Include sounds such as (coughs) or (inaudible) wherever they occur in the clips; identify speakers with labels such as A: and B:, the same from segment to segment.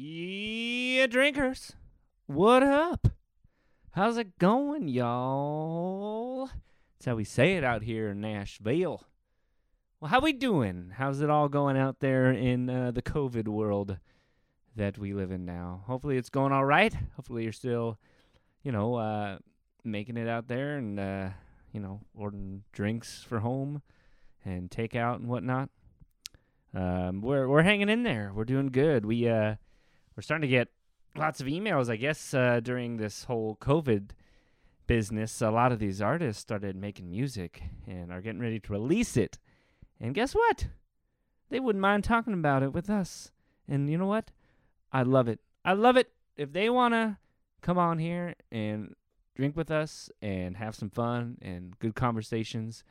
A: Yeah, drinkers, what up? How's it going, y'all? That's how we say it out here in Nashville. Well, how we doing? How's it all going out there in uh, the COVID world that we live in now? Hopefully, it's going all right. Hopefully, you're still, you know, uh, making it out there and uh, you know, ordering drinks for home and takeout and whatnot. Um, we're we're hanging in there. We're doing good. We uh, we're starting to get lots of emails. I guess uh, during this whole COVID business, a lot of these artists started making music and are getting ready to release it. And guess what? They wouldn't mind talking about it with us. And you know what? I love it. I love it. If they wanna come on here and drink with us and have some fun and good conversations,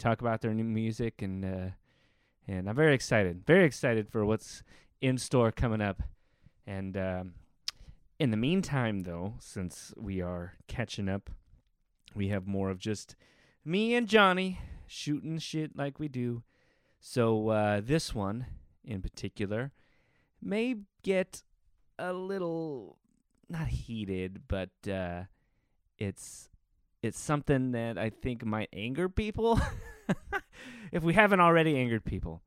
A: talk about their new music and. Uh, and I'm very excited, very excited for what's in store coming up. And um, in the meantime, though, since we are catching up, we have more of just me and Johnny shooting shit like we do. So uh, this one in particular may get a little not heated, but uh, it's it's something that I think might anger people. (laughs) if we haven't already angered people,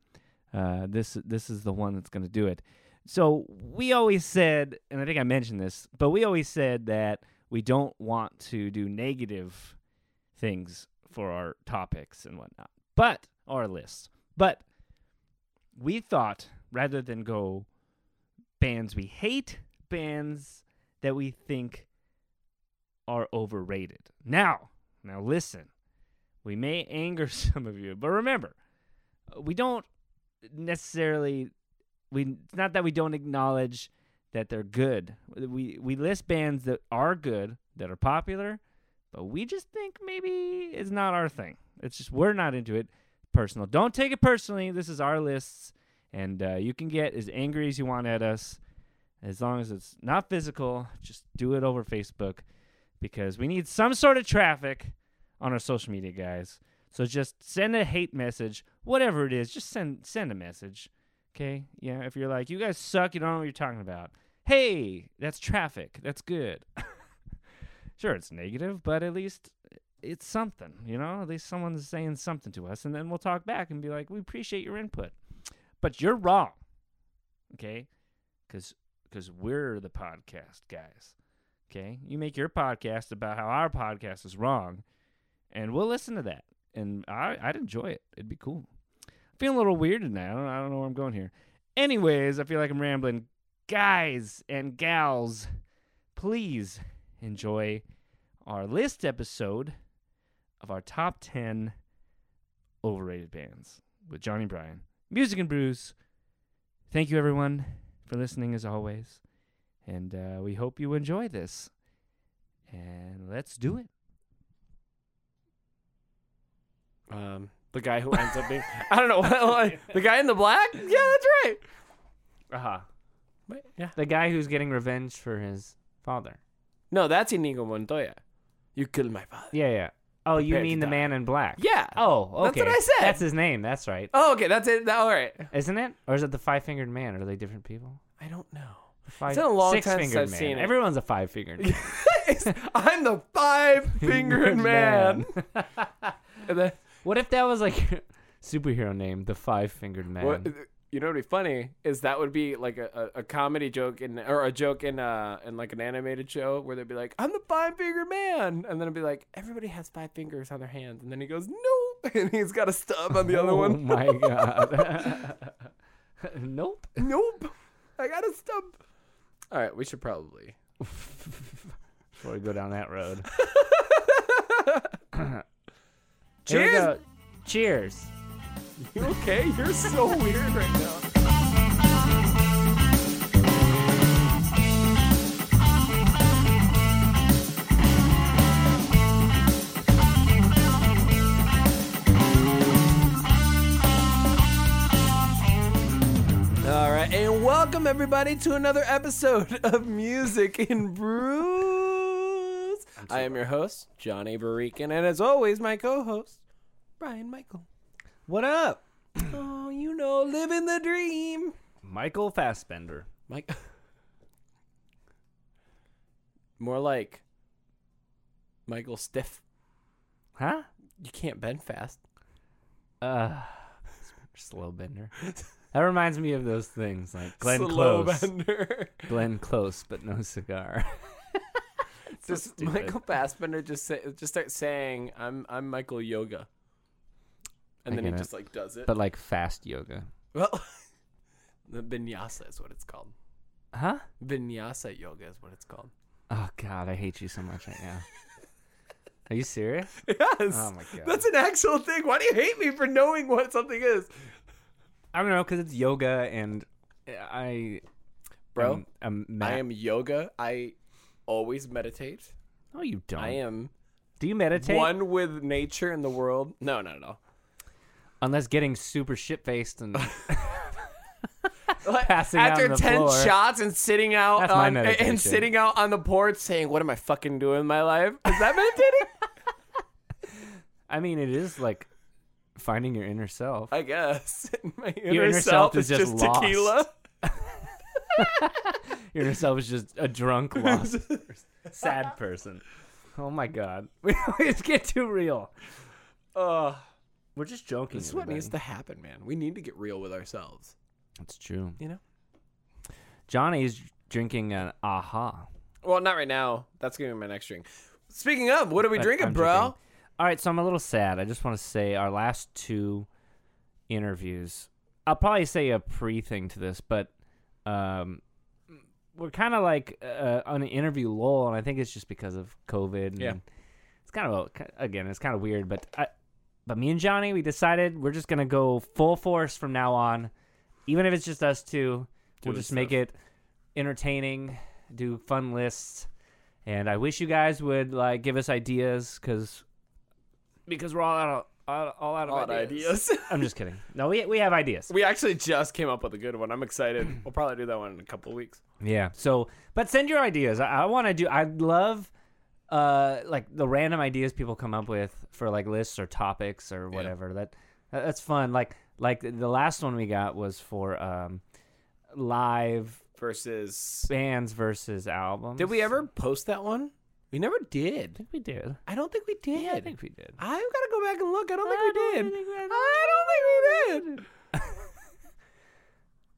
A: uh, this this is the one that's going to do it. So we always said, and I think I mentioned this, but we always said that we don't want to do negative things for our topics and whatnot, but our lists. But we thought rather than go bands we hate, bands that we think are overrated. Now, now listen. We may anger (laughs) some of you, but remember, we don't necessarily we it's not that we don't acknowledge that they're good. We we list bands that are good, that are popular, but we just think maybe it's not our thing. It's just we're not into it personal. Don't take it personally. This is our lists and uh, you can get as angry as you want at us as long as it's not physical. Just do it over Facebook because we need some sort of traffic on our social media, guys. So just send a hate message, whatever it is. Just send send a message, okay? Yeah, if you're like, you guys suck, you don't know what you're talking about. Hey, that's traffic. That's good. (laughs) sure, it's negative, but at least it's something, you know. At least someone's saying something to us, and then we'll talk back and be like, we appreciate your input, but you're wrong, okay? Because because we're the podcast guys. Okay. You make your podcast about how our podcast is wrong, and we'll listen to that. And I, I'd enjoy it. It'd be cool. I'm feeling a little weird tonight. I don't, I don't know where I'm going here. Anyways, I feel like I'm rambling. Guys and gals, please enjoy our list episode of our top 10 overrated bands with Johnny Bryan. Music and Brews. Thank you, everyone, for listening as always. And uh, we hope you enjoy this. And let's do it.
B: Um, the guy who ends up being (laughs) I don't know the guy in the black. Yeah, that's right.
A: Uh
B: Uh-huh.
A: huh.
B: But, yeah.
C: The guy who's getting revenge for his father.
B: No, that's Inigo Montoya. You killed my father.
C: Yeah, yeah. Oh, you
B: Prepare
C: mean
B: to
C: the man in black?
B: Yeah.
C: Oh,
B: That's
C: okay.
B: what I said.
C: That's his name. That's right.
B: Oh, okay. That's it. All right.
C: Isn't it? Or is it the five-fingered man? Are they different people?
B: I don't know. (laughs)
C: The Five,
B: been a long time since
C: six-fingered
B: I've
C: man.
B: seen it.
C: Everyone's a five-fingered man.
B: I'm the five (laughs) fingered man. And then-
C: (laughs) what if that was like your superhero name, the five-fingered man?
B: what, you know what'd be funny is that would be like a, a, a comedy joke in or a joke in uh in like an animated show where they'd be like, I'm the five fingered man, and then it'd be like, everybody has five fingers on their hands, and then he goes, no, (laughs) and he's got a stub on the other
C: oh
A: (laughs)
B: one. (laughs)
C: my god. (laughs) nope.
B: Nope. I got a stub. All right, we should probably.
C: Before we go down that road.
B: (laughs)
C: Here we
B: Cheers.
C: go. Cheers.
B: (laughs) You okay? You're (laughs) so weird right now. All right, and welcome everybody to another episode (laughs) of Music in Brews. I am your host, Johnny Barikin, and as always, my co-host, Brian Michael.
C: What up?
B: Oh, you know, living the dream.
C: Michael Fassbender.
B: Mike, (laughs) More like Michael Stiff.
A: Huh?
B: You can't bend fast.
A: Uh, slow bender. That reminds me of those things like Glenn
B: Slow
A: Close.
B: (laughs) bender.
A: Glenn Close, but no
B: (laughs)
A: cigar. So
B: just
A: stupid.
B: Michael Fassbender just say, just start saying I'm I'm Michael Yoga, and
A: I
B: then he
A: get it.
B: just like does it.
A: but like fast yoga.
B: well, (laughs) the vinyasa is what it's called.
A: Huh?
B: Vinyasa yoga is what it's called. (laughs)
A: Oh God, I hate you so much right now. Are you serious?
B: Yes,
A: Oh my God.
B: that's an actual thing. Why do you hate me for knowing what something is,
A: I don't know because it's yoga and I,
B: bro?
A: am- am ma-
B: I am yoga. I always meditate.
A: No, you don't.
B: I am
A: Do you meditate?
B: one with nature and the world. No, not at all.
A: Unless getting super shit faced
B: (laughs)
A: and
B: Like,
A: Passing out
B: after
A: on the
B: 10
A: floor.
B: shots and sitting out
A: That's my
B: on,
A: meditation.
B: and sitting out on the porch saying what am i fucking doing with my life is that meditating
A: I mean, it is like finding your inner self.
B: (laughs) i guess (laughs) my inner,
A: inner
B: self,
A: self is
B: is
A: just
B: just (laughs) tequila
A: Your inner self is just a
B: (laughs)
A: drunk, lost, sad person. Oh my god, (laughs) we always get too real.
B: Ugh.
A: We're just joking.
B: this is what
A: everybody.
B: needs to happen man we need to get real with ourselves
A: That's true.
B: you know
A: Johnny's drinking an aha.
B: well not right now that's gonna be my next drink speaking of what are we
A: I-
B: drinking
A: I'm
B: bro
A: joking. All right, so I'm a little sad. I just want to say our last two interviews. I'll probably say a pre thing to this, but um, we're kind of like uh, on an interview lull, and I think it's just because of COVID. And
B: Yeah.
A: it's kind of a, again, it's kind of weird, but I, but me and Johnny, we decided we're just gonna go full force from now on, even if it's just us two. we'll
B: Doing
A: just make
B: stuff.
A: it entertaining, do fun lists, and I wish you guys would like give us ideas because because we're all out of all, all out of
B: Odd
A: ideas.
B: ideas (laughs)
A: I'm just kidding. No, we we have ideas.
B: we actually just came up with a good one i'm excited (clears throat) we'll probably do that one in a couple of weeks
A: Yeah. So, but send your ideas. I, I want to do. I love uh like the random ideas people come up with for like lists or topics or whatever. That that's fun. Like like the last one we got was for um live
B: versus
A: bands versus albums.
B: did we ever post that one we never did
A: We did.
B: I don't think we did.
A: Yeah, I think we did.
B: I've got to go back and look. I don't
A: I
B: think
A: don't
B: we did.
A: think we- I don't
B: I don't think we did. (laughs)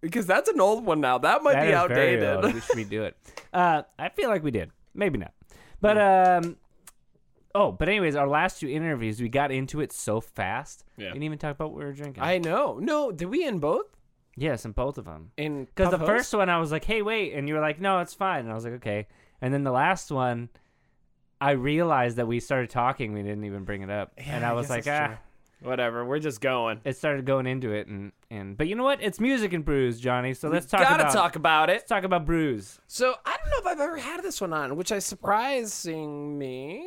B: because that's an old one now. That might
A: That
B: be
A: is very old. (laughs)
B: outdated.
A: We should redo it. Uh, I feel like we did. Maybe not. But um, oh, but anyways, our last two interviews, we got into it so fast.
B: Yeah.
A: Didn't even talk about what we were drinking.
B: (laughs) I know. No, did we in both?
A: yes, in both of them.
B: In
A: Because
B: Pop
A: the
B: Host?
A: first one, I was like, "Hey, wait," and you were like, "No, it's fine," and I was like, "Okay." And then the last one, I realized that we started talking, we didn't even bring it up,
B: Yeah,
A: and I,
B: I
A: was
B: guess
A: like,
B: that's
A: "Ah."
B: true. whatever. We're just going.
A: It started going into it, and and but you know what? It's music and brews, Johnny. So let's talk
B: Gotta
A: about
B: talk about it.
A: let's talk about brews.
B: So I don't know if I've ever had this one on, which is surprising me.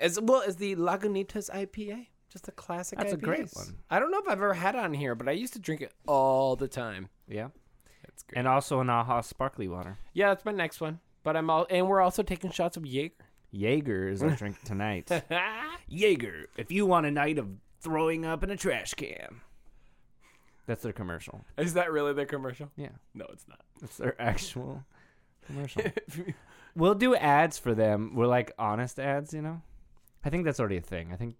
B: As well as the Lagunitas IPA, just a classic.
A: That's a great
B: IPAs.
A: one.
B: I don't know if I've ever had it on here, but I used to drink it all the time.
A: Yeah.
B: That's great.
A: And also an AHA sparkly water.
B: Yeah, that's my next one. But I'm all, and we're also taking shots of Jaeger.
A: Jaeger is our (laughs) drink tonight.
B: I
A: Jaeger, if you want a night of throwing up in a trash can. That's their commercial.
B: (laughs) Is that really their commercial?
A: Yeah.
B: No, it's not. (laughs)
A: That's (laughs) their actual (laughs) commercial. we'll do ads for them. We're like honest ads, you know? I think that's already a thing. I think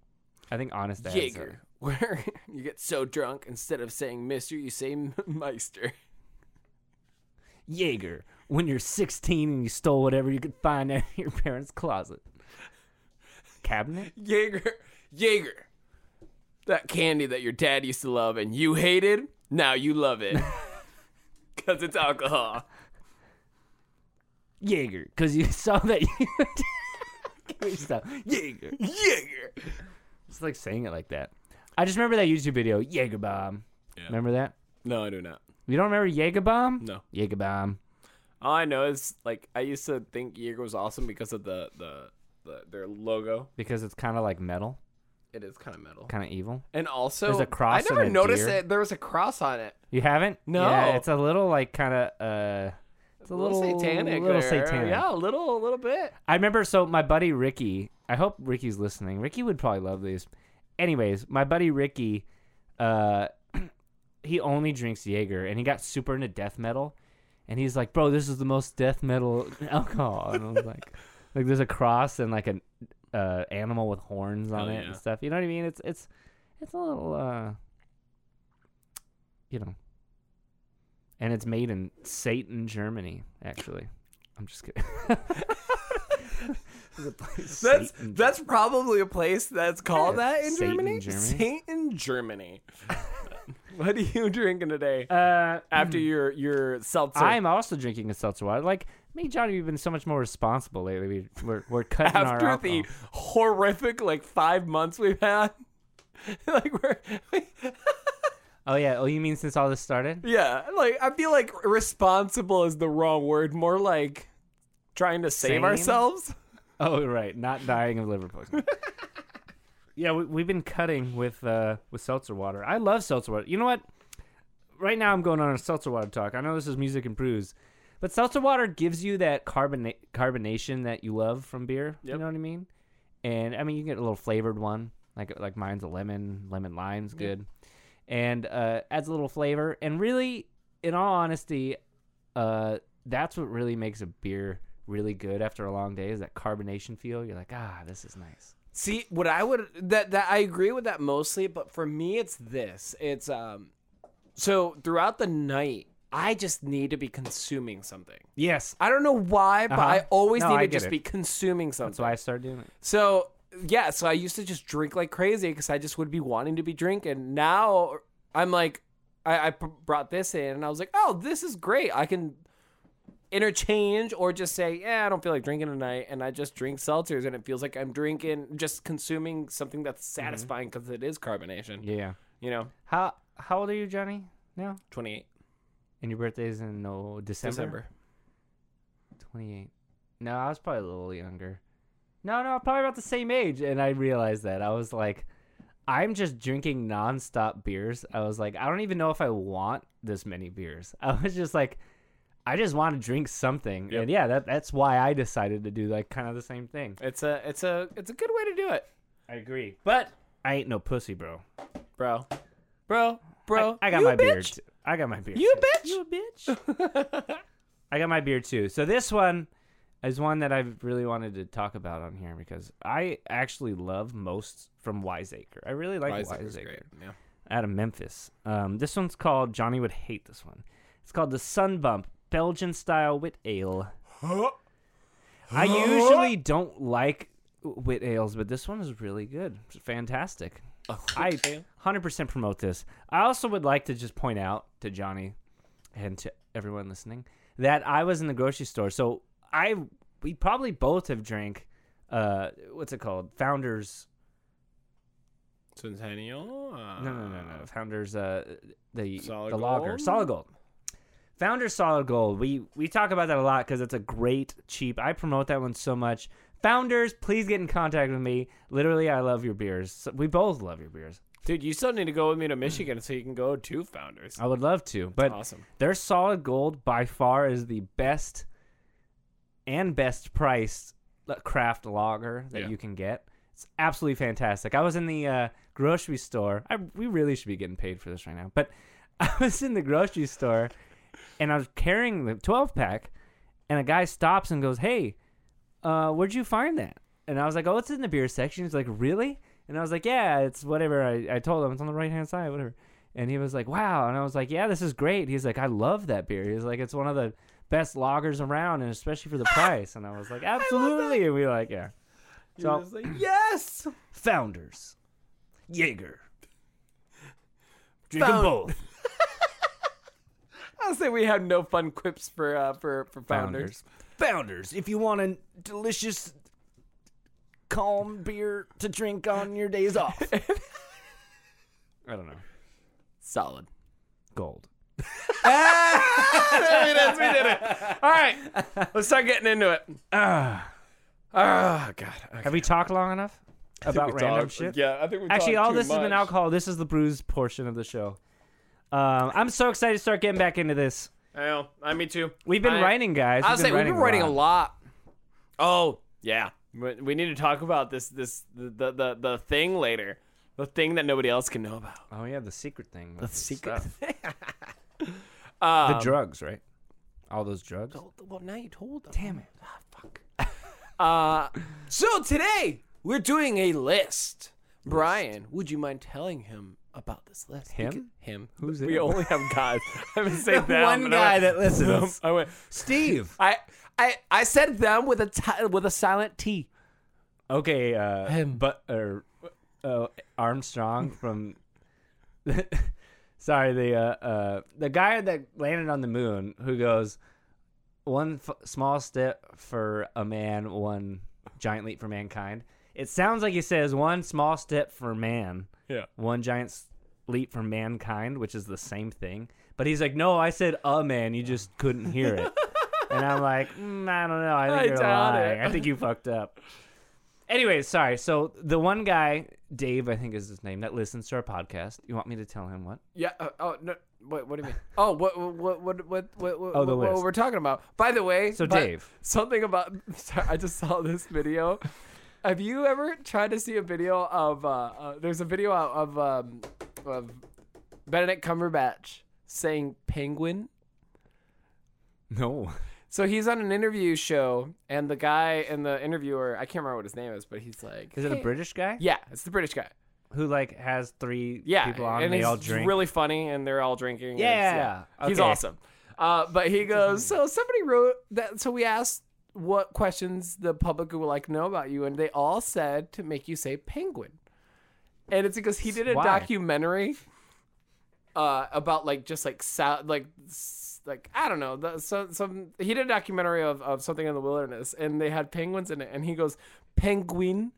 A: I think honest ads. are-
B: Jaeger, where (laughs) you get so drunk instead of saying Mister, you say (laughs) Meister.
A: Jaeger. When you're 16 and you stole whatever you could find out of your parents' closet. Cabinet?
B: Jaeger, Jaeger, that candy that your dad used to love and you hated, now you
A: (laughs)
B: love it because it's alcohol.
A: Jaeger, because you (laughs) saw that you. (laughs) Can we stop? Jaeger.
B: Jaeger.
A: It's like saying it like that. I just remember that YouTube video, Jaeger Bomb. Remember that?
B: No, I do not.
A: You don't remember Jaeger Bomb?
B: No.
A: Jaeger Bomb.
B: All I know is like I used to think Jaeger was awesome because of the the, the their logo.
A: Because it's kind of like metal,
B: It is kind of metal.
A: kind of evil.
B: And also,
A: There's a cross
B: I never
A: and a
B: noticed
A: deer.
B: that there was a cross on it.
A: You haven't?
B: No.
A: Yeah, it's a little like kind of. uh It's a little,
B: satanic.
A: Little
B: there.
A: satanic.
B: Yeah, a little, a little bit.
A: I remember. So my buddy Ricky. I hope Ricky's listening. Ricky would probably love these. Anyways, my buddy Ricky, (clears throat) uh, he only drinks Jaeger, and he got super into death metal, and he's like, "Bro, this is the most death metal (laughs) alcohol." And I was like, (laughs) "Like, there's a cross and like an uh, animal with horns on
B: Hell
A: it
B: yeah.
A: and stuff." You know what I mean? It's it's it's a little, uh, you know, and it's made in Satan, Germany. Actually, I'm just (laughs) kidding. There's a place,
B: That's
A: Satan,
B: that's probably a place that's called
A: Yeah,
B: that in
A: Satan,
B: Germany.
A: Germany.
B: Saint
A: (laughs)
B: in Germany. what are you drinking today?
A: Uh,
B: After your your seltzer,
A: I'm also drinking a seltzer water. Like me, and Johnny, we've been so much more responsible lately. We, we're we're cutting our
B: after
A: alcohol.
B: the horrific like five months we've had, (laughs) like we're (laughs)
A: Oh yeah. Oh, you mean since all this started?
B: yeah, like I feel like responsible is the wrong word. More like trying to save
A: Sane?
B: ourselves.
A: Oh right, not dying of liver poisoning. yeah, we, we've been cutting with uh, with seltzer water. I love seltzer water. You know what? Right now, I'm going on a seltzer water talk. I know this is music and brews, but seltzer water gives you that carbona- carbonation that you love from beer. You
B: Yep.
A: know what I mean? And I mean, you can get a little flavored one, like like mine's a lemon. Lemon lime's good, and uh, adds a little flavor. And really, in all honesty, uh, that's what really makes a beer really good after a long day is that carbonation feel. You're like, ah, this is nice.
B: See, what I would that that I agree with that mostly, but for me it's this. It's um so throughout the night, I just need to be consuming something.
A: Yes.
B: I don't know why, but I
A: Uh-huh.
B: always
A: No,
B: need
A: I
B: to
A: get
B: just
A: it.
B: be consuming something.
A: That's why I started doing it.
B: so yeah, so I used to just drink like crazy because I just would be wanting to be drinking. Now I'm like, I, I p- brought this in and I was like, oh, this is great. I can interchange or just say, yeah, I don't feel like drinking tonight, and I just drink seltzers, and it feels like I'm drinking, just consuming something that's
A: Mm-hmm.
B: satisfying because it is carbonation.
A: Yeah.
B: You know,
A: How how old are you, Johnny? Now?
B: 28
A: And your birthday is in no December.
B: December.
A: 28. No, I was probably a little younger. No, no, probably about the same age. And I realized that. I was like, I'm just drinking nonstop beers. I was like, I don't even know if I want this many beers. (laughs) I was just like, I just want to drink something.
B: Yep.
A: And yeah, that, that's why I decided to do like kind of the same thing.
B: It's a it's a it's a good way to do it,
A: I agree. But I ain't no pussy, bro.
B: bro, bro, bro.
A: I, I got
B: You
A: my beard.
B: bitch.
A: too. I got my beard.
B: You
A: too.
B: bitch.
A: You a bitch. (laughs) I got my beer too. So this one is one that I've really wanted to talk about on here because I actually love most from Wiseacre. I really like Wiseacre,
B: Yeah.
A: out of Memphis. Um, this one's called Johnny would hate this one. It's called the Sun Bump Belgian style wit ale.
B: (gasps)
A: I usually don't like wit ales, but this one is really good. It's fantastic. I
B: ale?
A: 100% promote this. I also would like to just point out to Johnny and to everyone listening that I was in the grocery store. So I we probably both have drank uh what's it called? Founders
B: Centennial. Uh,
A: No, no, no, no. Founders, uh, the
B: Solid
A: the lager,
B: Gold?
A: solid gold. Founders solid gold. We we talk about that a lot because it's a great cheap. I promote that one so much. Founders, please get in contact with me. Literally, I love your beers. So- We both love your beers.
B: Dude, you still need to go with me to Michigan so you can go to Founders.
A: I would love to, Uh, but
B: awesome.
A: their solid gold by far is the best and best priced l- craft lager that
B: Yeah.
A: you can get. It's absolutely fantastic. I was in the uh, grocery store. I, we really should be getting paid for this right now, but (laughs) I was in the grocery store and I was carrying the 12 pack, and a guy stops and goes, "Hey, uh, where'd you find that?" And I was like, "Oh, it's in the beer section." He's like, "Really?" And I was like, "Yeah, it's whatever." I, I told him it's on the right hand side, whatever. And he was like, "Wow!" And I was like, "Yeah, this is great." He's like, "I love that beer." He's like, "It's one of the best lagers around, and especially for the price." And I was like, "Absolutely!" And we were like, "Yeah." So (clears throat)
B: like, yes.
A: founders, Jaeger, drink
B: Found-
A: them both.
B: I'll say we have no fun quips for uh, for for Founders.
A: Founders, if you want a delicious, calm beer to drink on your days off. (laughs) I don't know.
B: (laughs) Solid.
A: Gold.
B: there it is. We
A: (laughs)
B: did it. All right. Let's start getting into it. Oh God.
A: Ah, have we talked long (laughs) enough about random shit?
B: Yeah, I think we
A: Actually,
B: talked
A: all
B: too
A: this has been
B: much.
A: alcohol. This is the brews portion of the show. Um, I'm so excited to start getting back into this.
B: I know. I me too.
A: We've been
B: I-
A: writing, guys.
B: I was saying we've been writing a
A: lot.
B: lot. Oh yeah, we we need to talk about this this the the the, the thing later, the thing that nobody else can know about. (laughs)
A: Oh yeah, the secret thing. The
B: secret
A: stuff.
B: Um,
A: the drugs, right? All those drugs.
B: Oh, well, now you told them.
A: Damn it.
B: Ah, fuck. (laughs) uh, so today we're doing a list. Brian, would you mind telling him about this list?
A: Him?
B: Beca- him.
A: Who's
B: we
A: him?
B: only have guys. (laughs) I haven't said
A: (laughs) The
B: that.
A: one guy that listens.
B: (laughs) I went.
A: Steve.
B: I I I said them with a ti- with a silent T.
A: Okay, uh,
B: Him.
A: but or uh, Armstrong from. (laughs) sorry, the uh, uh, the guy that landed on the moon who goes, one f- small step for a man, one giant leap for mankind. It sounds like he says one small step for man,
B: Yeah.
A: one giant s- leap for mankind, which is the same thing. But he's like, no, I said a man. You just couldn't hear
B: (laughs)
A: it. and I'm like, mm, I don't know. I think
B: I
A: you're
B: doubt it.
A: lying. I think you fucked up. Anyways, sorry. So the one guy, Dave, I think is his name, that listens to our podcast. You want me to tell him what?
B: Yeah. Uh, oh no. What, what do you
A: (laughs)
B: mean? Oh, what what what what what what,
A: Oh, the
B: what,
A: list.
B: we're talking about? By the way,
A: So
B: but-
A: Dave.
B: something about. (laughs) Sorry, I just saw this video. Have you ever tried to see a video of? Uh, uh, there's a video out of um, of Benedict Cumberbatch saying penguin.
A: No.
B: So he's on an interview show, and the guy and the interviewer, I can't remember what his name is, but he's like,
A: Is it a
B: "Hey."
A: British guy
B: Yeah, it's the British guy.
A: who like has three
B: Yeah,
A: people on
B: and
A: and they
B: he's
A: all drink?
B: really funny, and they're all drinking. and it's-
A: yeah.
B: He's
A: Okay.
B: awesome. Uh, but he goes, so somebody wrote that. So we asked what questions the public would like to know about you, and they all said to make you say penguin. And it's because he did a
A: Why?
B: documentary uh, about like just like sou- like s- like I don't know. The, so, some he did a documentary of, of something in the wilderness, and they had penguins in it, and he goes penguin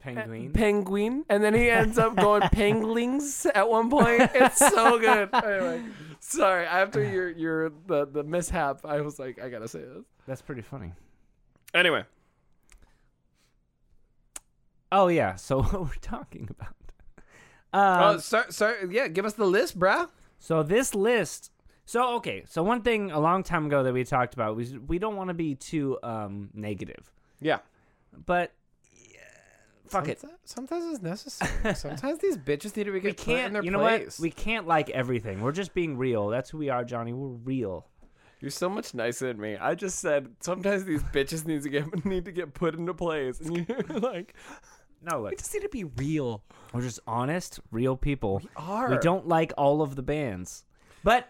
A: Penguin.
B: penguin and then he ends
A: (laughs)
B: up going penguins at one point it's so good anyway, sorry after your your the, the mishap i was like i gotta say this
A: That's pretty funny.
B: anyway
A: Oh yeah. So (laughs) what we're talking about?
B: oh
A: Um,
B: sorry, sorry yeah give us the list bruh
A: so this list. So okay. So one thing a long time ago that we talked about was we don't want to be too um, negative,
B: yeah
A: but yeah, fuck it.
B: sometimes
A: (laughs)
B: it's necessary sometimes these bitches need to be
A: We can't. You know what? We can't like everything. We're just being real. That's who we are, Johnny. We're real.
B: you're so much nicer than me i just said sometimes
A: (laughs)
B: these bitches need to get need to get put into place and (laughs) you're like
A: No, look,
B: just need to be real
A: we're just honest, real people.
B: are
A: We don't like all of the bands, but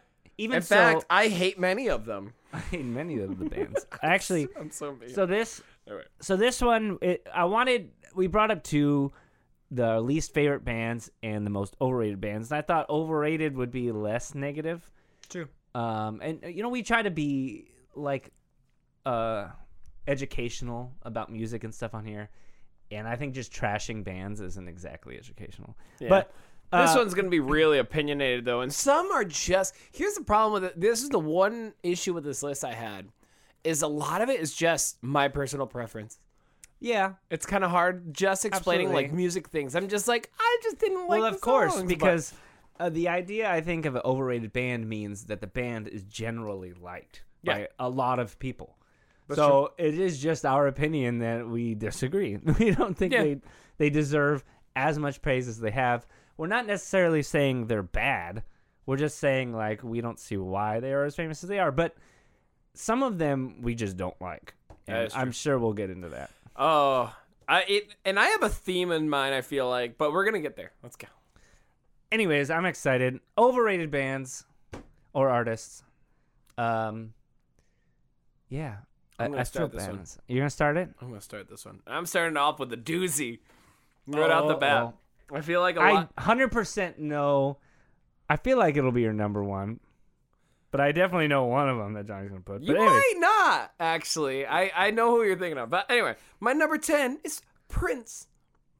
A: even
B: in
A: so,
B: fact i hate many of them
A: (laughs) I hate many of
B: (laughs)
A: the bands. Actually,
B: i'm so mean
A: so this
B: Anyway.
A: so this one it, i wanted we brought up two the least favorite bands and the most overrated bands and i thought overrated would be less negative
B: True.
A: um and uh, you know we try to be like uh educational about music and stuff on here and i think just trashing bands isn't exactly educational but
B: This
A: uh,
B: one's going to be really opinionated, though. And some are just. Here's the problem with it. This is the one issue with this list I had, is a lot of it is just my personal preference.
A: yeah
B: It's kind of hard just explaining like
A: Absolutely.
B: music things. I'm just like, I just didn't like.
A: well of
B: the
A: course
B: songs, but-
A: because uh, the idea i think of an overrated band means that the band is generally liked
B: Yeah.
A: by a lot of people so it is just our opinion that we disagree (laughs) we don't think
B: Yeah.
A: they they deserve as much praise as they have we're not necessarily saying they're bad we're just saying like we don't see why they are as famous as they are but some of them we just don't like
B: That
A: and
B: is true.
A: i'm sure we'll get into that
B: oh, I it and I have a theme in mind. I feel like, but we're gonna get there. Let's go.
A: anyways, I'm excited. Overrated bands or artists. Um, yeah, I,
B: I'm gonna
A: I
B: start
A: feel
B: this
A: bad.
B: one.
A: You're gonna start it.
B: I'm gonna start this one. I'm starting off with a doozy, right out the bat.
A: Uh-oh.
B: I feel like a
A: I
B: lot.
A: hundred percent know. I feel like it'll be your number one, but I definitely know one of them that Johnny's gonna put.
B: You
A: but anyways,
B: might not, actually. I, I know who you're thinking of. But anyway, my number 10 is Prince.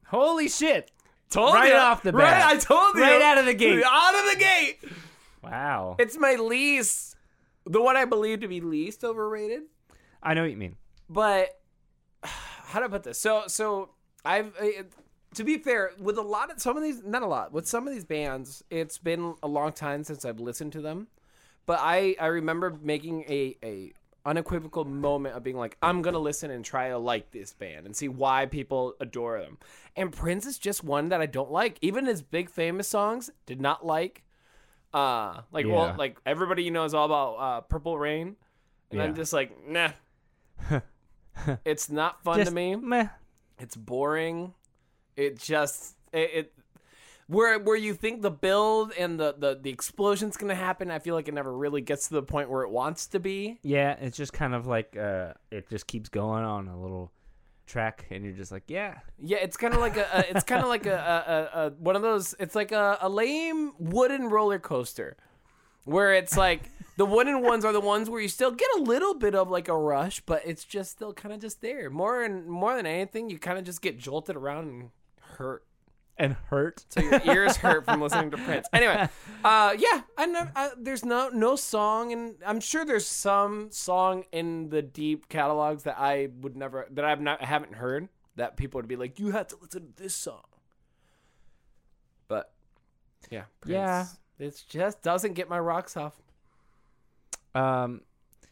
A: holy shit!
B: Told
A: Right
B: ya.
A: off the
B: Right,
A: bat.
B: I told you.
A: Right out of the gate.
B: Out of the gate.
A: (laughs) Wow,
B: It's my least, the one I believe to be least overrated.
A: I know what you mean.
B: But (sighs) how do I put this? So, so I've, uh, to be fair, with a lot of, some of these, not a lot, with some of these bands, it's been a long time since I've listened to them. But I, I remember making a, a unequivocal moment of being like, I'm gonna listen and try to like this band and see why people adore them. And Prince is just one that I don't like. Even his big famous songs did not like. Uh, like well,
A: Yeah.
B: like everybody you know is all about uh, Purple Rain. and I'm
A: Yeah.
B: just like, nah. it's not fun
A: Just
B: to me.
A: meh.
B: It's boring. It just it, it where where you think the build and the, the the explosion's gonna happen. I feel like it never really gets to the point where it wants to be.
A: Yeah, it's just kind of like uh, it just keeps going on a little track, and you're just like, yeah,
B: Yeah, it's kind of like a, a it's kind of like a, a, a, a one of those. It's like a, a lame wooden roller coaster, where it's like the wooden ones are the ones where you still get a little bit of like a rush, but it's just still kind of just there. More and more than anything, you kind of just get jolted around and hurt.
A: and hurt.
B: So your ears hurt from listening to Prince. Anyway, uh, yeah, I know. I, there's no no song, and I'm sure there's some song in the deep catalogs that I would never that I've not haven't heard that people would be like, you have to listen to this song. But yeah,
A: Yeah.
B: it just doesn't get my rocks off.
A: Um,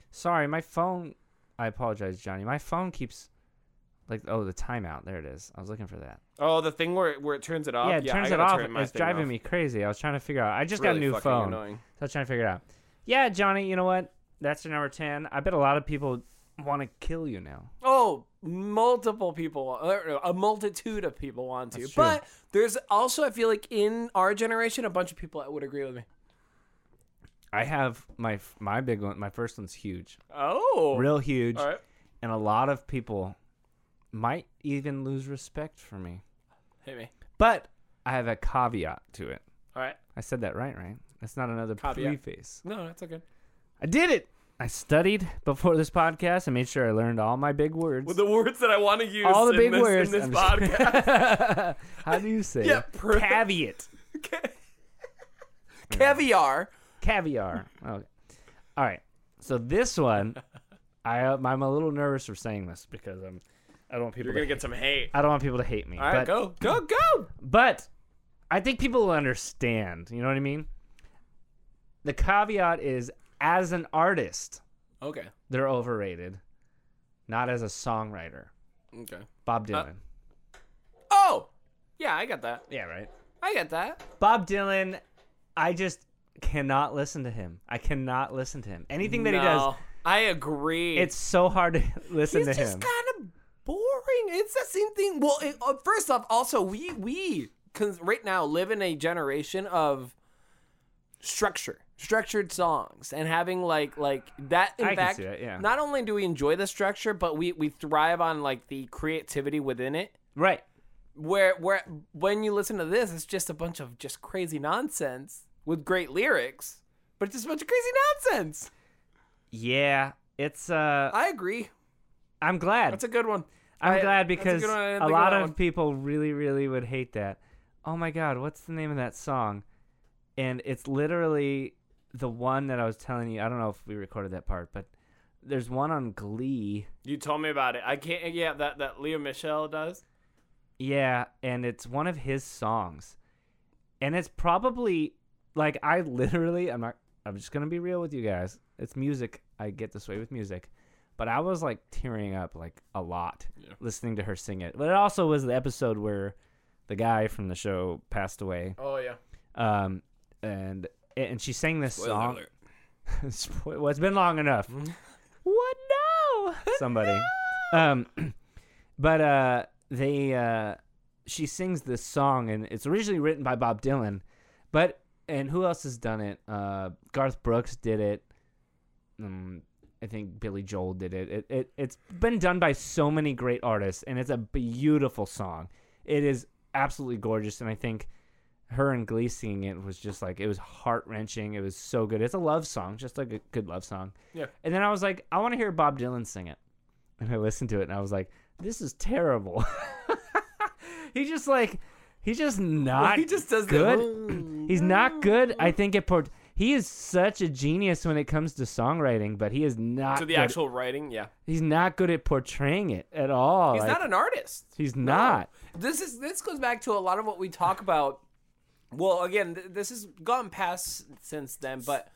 A: sorry, my phone. I apologize, Johnny. My phone keeps like oh the timeout. There it is. I was looking for that.
B: Oh, the thing where where it turns it off.
A: yeah, it turns it off. It's driving
B: me.
A: me crazy. I was trying to figure out. I just got a new phone. So I was trying to figure it out. Yeah, Johnny. You know what? That's your number ten. I bet a lot of people want to kill you now.
B: Oh, multiple people, or a multitude of people want to.
A: That's true.
B: But there's also, I feel like in our generation, a bunch of people that would agree with me.
A: I have my my big one. My first one's huge,
B: Oh,
A: real huge,
B: All right.
A: and a lot of people might even lose respect for me.
B: Hit me.
A: But I have a caveat to it.
B: All right.
A: I said that right, right? That's not another
B: Caveat.
A: preface.
B: No, that's okay.
A: I did it. I studied before this podcast. I made sure I learned all my big words.
B: the words that I want to use
A: all the
B: in
A: big
B: this,
A: words
B: in this
A: I'm just- (laughs)
B: podcast.
A: How do you say?
B: Yeah,
A: it?
B: per-
A: caveat.
B: Okay. Caviar.
A: Caviar. Okay. All right. So this one, I uh, I'm a little nervous for saying this because I'm I don't want people
B: You're gonna
A: to,
B: get some hate.
A: I don't want people to hate me.
B: All right,
A: but,
B: go, go, go.
A: But I think people will understand. You know what I mean? The caveat is as an artist,
B: Okay.
A: they're overrated, not as a songwriter.
B: Okay.
A: Bob
B: Uh,
A: Dylan.
B: Oh, yeah, I got that.
A: yeah, right.
B: I got that.
A: Bob Dylan, I just cannot listen to him. I cannot listen to him. Anything that he does,
B: No, I agree.
A: it's so hard to (laughs) listen
B: It's
A: to
B: just
A: him.
B: kind of boring. It's the same thing. Well, it, uh, first off, also we we cause right now live in a generation of structure, structured songs, and having like like that. In
A: I can
B: fact,
A: see that, yeah.
B: not only do we enjoy the structure, but we we thrive on like the creativity within it.
A: right.
B: Where where when you listen to this, it's just a bunch of just crazy nonsense with great lyrics, but it's just a bunch of crazy nonsense.
A: Yeah. It's uh
B: I agree.
A: I'm glad.
B: That's a good one.
A: I'm
B: I-
A: glad
B: that's a
A: because
B: good one. I didn't
A: a
B: think of
A: lot
B: that
A: of
B: one.
A: people really, really would hate that. Oh my God, what's the name of that song? And it's literally the one that I was telling you. I don't know if we recorded that part, but there's one on Glee.
B: You told me about it. I can't. Yeah, that that Leo Michelle does.
A: Yeah, and it's one of his songs. And it's probably like I literally I'm not I'm just going to be real with you guys. It's music. I get this way with music. But I was like tearing up like a lot
B: Yeah.
A: listening to her sing it. But it also was the episode where the guy from the show passed away.
B: Oh yeah.
A: Um and and she sang this song. Spo- well, it's been long enough. what no? Somebody. Um, (clears throat) but uh, they uh, she sings this song, and it's originally written by Bob Dylan, but and who else has done it? Uh, Garth Brooks did it. Um, I think Billy Joel did it. It, it. It's been done by so many great artists, and it's a beautiful song. It is absolutely gorgeous, and I think her and Glee singing it was just like it was heart wrenching. It was so good. It's a love song, just like a good love song.
B: Yeah.
A: And then I was like, I want to hear Bob Dylan sing it, and I listened to it, and I was like, this is terrible. (laughs) he just like he's just (laughs) not.
B: he just does the- (laughs)
A: good. Mm-hmm. he's not good. I think it port. He is such a genius when it comes to songwriting, but he is not.
B: So the
A: good-
B: actual writing, yeah.
A: he's not good at portraying it at all.
B: He's
A: Like,
B: not an artist.
A: he's
B: No.
A: not.
B: This is this goes back to a lot of what we talk about. Well, again, th- this has gone past since then, but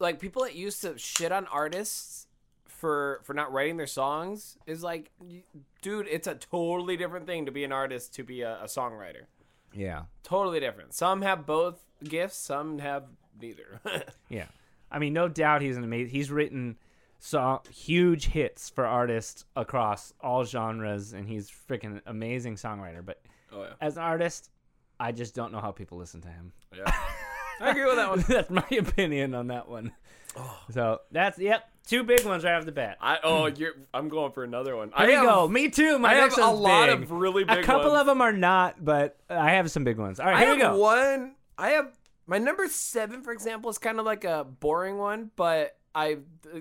B: like people that used to shit on artists for for not writing their songs is like, y- dude, it's a totally different thing to be an artist to be a, a songwriter.
A: Yeah.
B: Totally different. Some have both gifts. Some have neither. (laughs)
A: Yeah. I mean, no doubt he's an amazing. He's written saw huge hits for artists across all genres, and he's freaking amazing songwriter. But
B: Oh (laughs) yeah.
A: as an artist, I just don't know how people listen to him. (laughs)
B: Yeah. I agree with that one.
A: that's my opinion on that one. Oh. So that's yep, two big ones right off the bat.
B: I oh you're I'm going for another one. I
A: There you
B: have,
A: go. Me too. My
B: I have
A: next
B: a
A: one's
B: lot
A: big.
B: of really
A: a
B: big
A: couple
B: ones.
A: of them are not, but I have some big ones. All right,
B: I
A: here
B: have
A: we go.
B: one. I have my number seven, for example, is kind of like a boring one, but I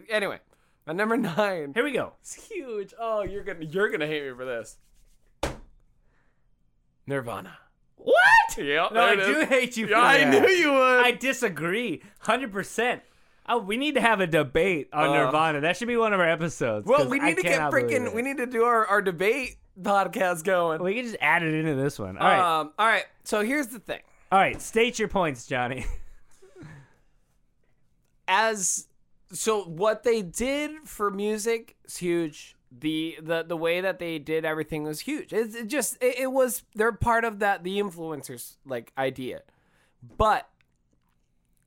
B: anyway. My number nine
A: Here we go.
B: is huge. Oh, you're gonna you're gonna hate me for this. Nirvana. (laughs)
A: What?
B: Yeah,
A: No, I do hate you. For
B: Yeah, I
A: that.
B: knew you would.
A: I disagree, hundred percent. Oh, we need to have a debate on
B: Uh,
A: Nirvana. That should be one of our episodes.
B: well,
A: 'cause
B: we
A: I
B: need to get
A: cannot believe
B: freaking.
A: it.
B: We need to do our our debate podcast going.
A: We can just add it into this one. All right,
B: Um. All right. So here's the thing.
A: all right. State your points, Johnny. (laughs)
B: as so what they did for music is huge the the the way that they did everything was huge it's it just it, it was they're part of that the influencers like idea but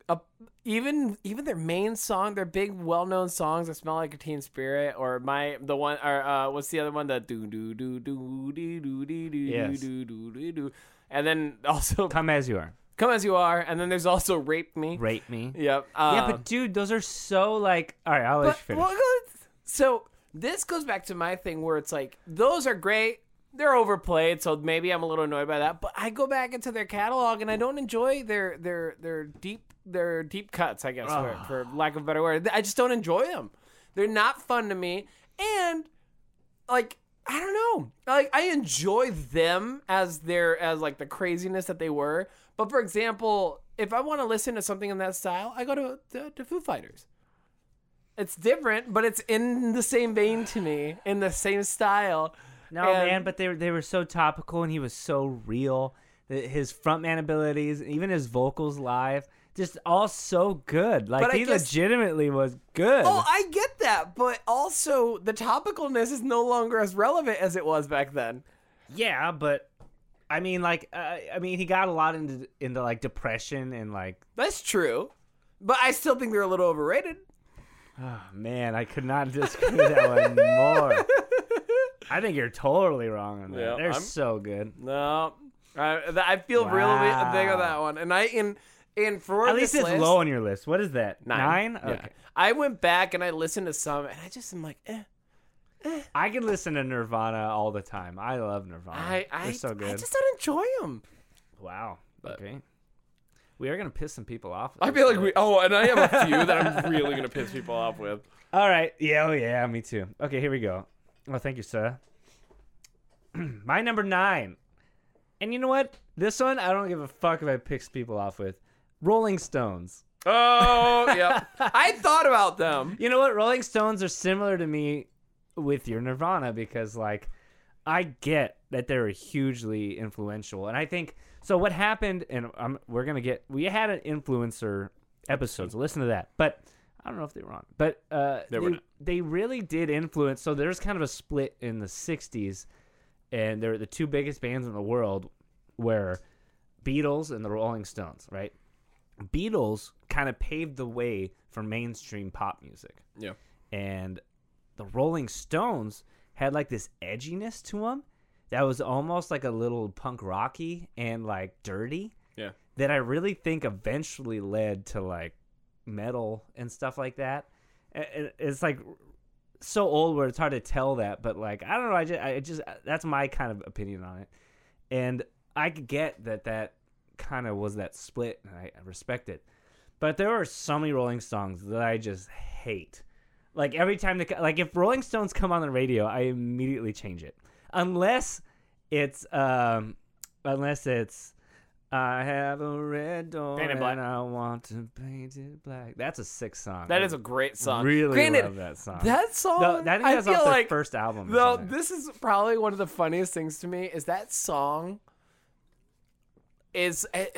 B: uh, even even their main song their big well-known songs i smell like a teen spirit or my the one or uh what's the other one the do do do do do do do do
A: Yes.
B: do do do do and then also (laughs)
A: Come as you are.
B: come as you are and then there's also rape me
A: Rape me.
B: yep
A: yeah,
B: um,
A: but dude, those are so like. All right, I'll let you
B: but,
A: finish.
B: well, let's- so this goes back to my thing where it's like those are great. They're overplayed, so maybe I'm a little annoyed by that. But I go back into their catalog and I don't enjoy their their their deep their deep cuts. I guess for, for lack of a better word, I just don't enjoy them. They're not fun to me, and like I don't know. Like I enjoy them as their as like the craziness that they were. But for example, if I want to listen to something in that style, I go to to, to Foo Fighters. It's different, but it's in the same vein to me, in the same style.
A: No,
B: And-
A: man, but they were they were so topical, and he was so real. Th- His frontman abilities, even his vocals live, just all so good. Like
B: But I
A: he
B: guess-
A: legitimately was good.
B: Oh, I get that, but also the topicalness is no longer as relevant as it was back then.
A: yeah, but I mean, like, uh, I mean, he got a lot into into like depression and like,
B: That's true, but I still think they're a little overrated.
A: oh man, I could not (laughs) disagree with that one (laughs) more. I think you're totally wrong on that.
B: Yeah,
A: They're
B: I'm-
A: so good.
B: No, I, th- I feel really
A: Wow.
B: big on that one, and I in in for
A: At least
B: this
A: it's
B: list-
A: low on your list. What is that?
B: Nine. Yeah.
A: Okay.
B: I went back and I listened to some, and I just am like, eh.
A: I can listen to Nirvana all the time. I love Nirvana.
B: I I,
A: They're so good.
B: I just don't enjoy them.
A: Wow.
B: But-
A: okay. We are gonna piss some people off.
B: I feel like we. Oh, and I
A: (laughs)
B: have a few that I'm really gonna piss people off with.
A: All right. Yeah. Oh, yeah. Me too. Okay. Here we go. Well, thank you, sir. (clears throat) My number nine. And you know what? This one, I don't give a fuck if I piss people off with. Rolling Stones.
B: Oh, yeah. (laughs) I thought
A: (laughs)
B: about them.
A: You know what? Rolling Stones are similar to me with your Nirvana because, like, I get that they were hugely influential, and I think so. What happened? And i we're gonna get. We had an influencer episode, so listen to that. But I don't know if they were on, but uh,
B: They
A: they
B: were
A: they,
B: not.
A: really did influence. So there's kind of a split in the '60s, and they're the two biggest bands in the world, where Beatles and the Rolling Stones, right? Beatles kind of paved the way for mainstream pop music
B: Yeah.
A: and the Rolling Stones had like this edginess to them that was almost like a little punk rocky and like dirty
B: Yeah.
A: that I really think eventually led to like metal and stuff like that. A- and It's like so old where it's hard to tell that, but like I don't know. I just, I just that's my kind of opinion on it, and I could get that that kind of was that split, and I, I respect it. But there are so many Rolling Stones that I just hate. Like every time the like if Rolling Stones come on the radio, I immediately change it. Unless it's um unless it's I have a red door
B: Paint it
A: and
B: black.
A: I want to paint it black. That's a sick song.
B: That
A: I
B: is a great song.
A: really
B: Granted,
A: love that song.
B: that song.
A: No, that I think that's
B: I feel
A: off their
B: like
A: first album. or
B: Though
A: something. (laughs)
B: this is probably one of the funniest things to me is that song is (laughs)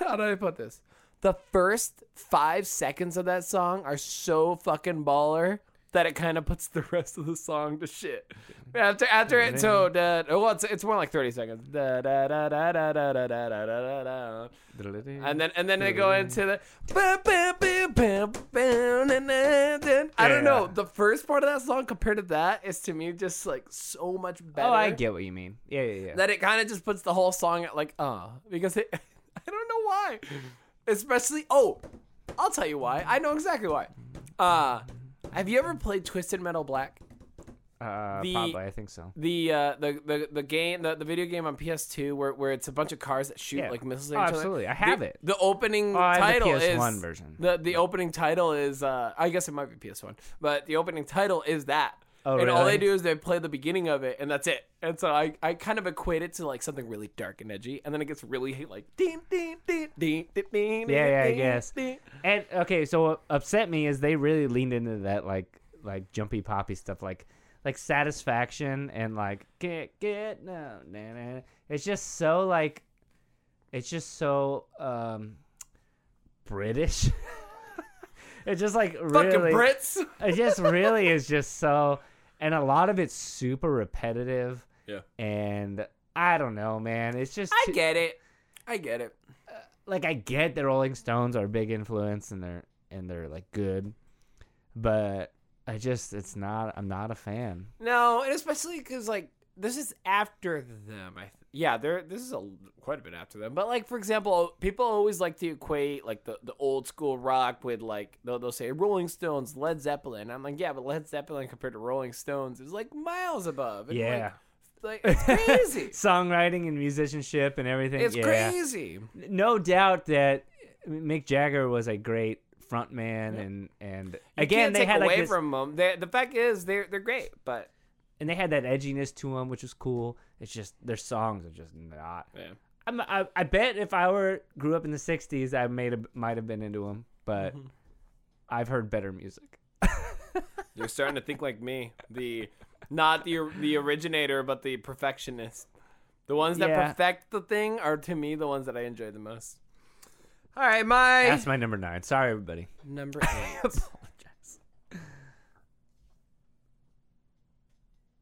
B: how do I put this? The first five seconds of that song are so fucking baller. that it kind of puts the rest of the song to shit. After after it, so da, well, it's it's more like thirty seconds. Da, da, da, da, da, da, da, da, da, da, da, da. And then and then they
A: Mm-hmm.
B: go into the. I don't know. The first part of that song compared to that is to me just like so much better.
A: Oh, I get what you mean. Yeah, yeah, yeah.
B: That it kind of just puts the whole song at like uh because it. (laughs) I don't know why. Especially oh, I'll tell you why. I know exactly why. Uh, have you ever played Twisted Metal Black?
A: uh,
B: the-
A: probably, I think so.
B: the uh, the, the the game the, the video game on PS2 where, where it's a bunch of cars that shoot
A: Yeah.
B: like missiles.
A: Oh,
B: At each other.
A: absolutely. I have
B: the,
A: it. Oh,
B: The opening
A: I have the
B: title
A: PS1
B: is
A: version.
B: The the opening title is uh, I guess it might be PS1, but the opening title is that.
A: Oh,
B: and all
A: really?
B: they do is they play the beginning of it, and that's it. And so I, I kind of equate it to like something really dark and edgy, and then it gets really like ding ding ding ding ding ding.
A: Yeah, yeah, I
B: ding,
A: guess.
B: ding.
A: And okay, so what upset me is they really leaned into that like like jumpy poppy stuff, like like satisfaction and like get get no nah, nah. It's just so like it's just so um British. (laughs) it's just like
B: Fucking
A: really
B: Brits.
A: it just really is just so and a lot of it's super repetitive.
B: Yeah.
A: And I don't know, man. It's just
B: I
A: too-
B: get it. I get it.
A: like I get the Rolling Stones are a big influence and they're and they're like good, but I just it's not I'm not a fan.
B: No, and especially because like this is after them. I th- yeah, there. This is a quite a bit after them. But like for example, people always like to equate like the, the old school rock with like they'll, they'll say Rolling Stones, Led Zeppelin. I'm like yeah, but Led Zeppelin compared to Rolling Stones is like miles above. And,
A: Yeah.
B: like, like, it's
A: (laughs)
B: crazy.
A: Songwriting and musicianship and everything.
B: it's
A: yeah.
B: crazy.
A: No doubt that Mick Jagger was a great frontman and and
B: You
A: again
B: can't
A: they
B: take
A: had
B: away
A: like this,
B: from them. They, the fact is they're they're great, but
A: and they had that edginess to them which was cool. It's just their songs are just not.
B: yeah.
A: I'm, I I bet if I were grew up in the '60s, I made a, might have been into them, but
B: Mm-hmm.
A: I've heard better music.
B: you're starting to think like me. The not the the originator, but the perfectionist. The ones that
A: Yeah.
B: perfect the thing are to me the ones that I enjoy the most. All right, my
A: That's my number nine. Sorry, everybody.
B: (laughs) number eight.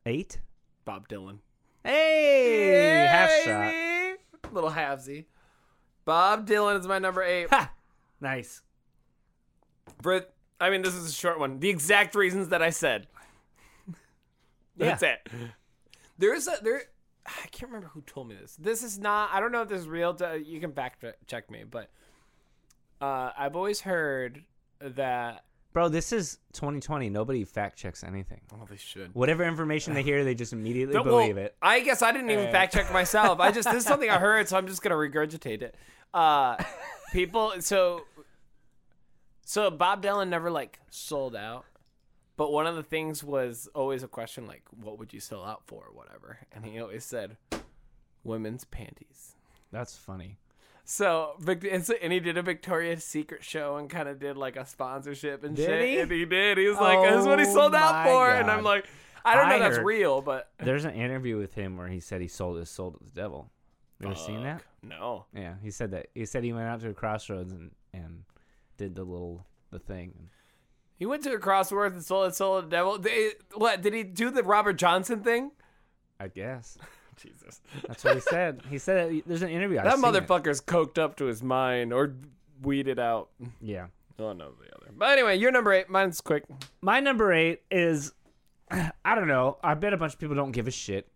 A: Eight.
B: Bob Dylan.
A: Hey, half shot.
B: baby! Little halvesy. Bob Dylan is my number eight.
A: Ha! Nice.
B: For, I mean, this is a short one. The exact reasons that I said. That's it. There's a there. I can't remember who told me this. This is not. I don't know if this is real. To, you can fact check me, but uh, I've always heard that.
A: Bro, this is 2020. Nobody fact checks anything.
B: Oh, they should.
A: Whatever information they hear, they just immediately believe it. Eh.
B: I guess I didn't even
A: Hey.
B: fact check myself. I just this is something I heard, so I'm just gonna regurgitate it.
A: (laughs)
B: Uh, people, so so Bob Dylan never like sold out, but one of the things was always a question like, "What would you sell out for?" or whatever, and he always said, "Women's panties."
A: That's funny.
B: So, Vic- and so- and he did a Victoria's Secret show and kind of did like a sponsorship and
A: Did
B: shit.
A: he?
B: And he did. He was like, "This is what he
A: Oh
B: sold out
A: my
B: for," and I'm
A: God.
B: like, "I don't
A: I
B: know if that's
A: heard-
B: real, but."
A: There's an interview with him where he said he sold his soul to the devil. You ever seen that?
B: No.
A: Yeah, he said that. He said he went out to a crossroads and and did the little the thing.
B: He went to a crossword and sold his soul to the devil. They, what did he do? The Robert Johnson thing?
A: I guess
B: Jesus,
A: that's what he said. He said that- there's an interview. I've
B: that
A: seen it.
B: motherfucker's coked up to his mind or weeded out.
A: Yeah.
B: Oh no, the other. But anyway, you're number eight. Mine's quick. (laughs)
A: My number eight is (sighs) I don't know. I bet a bunch of people don't give a shit,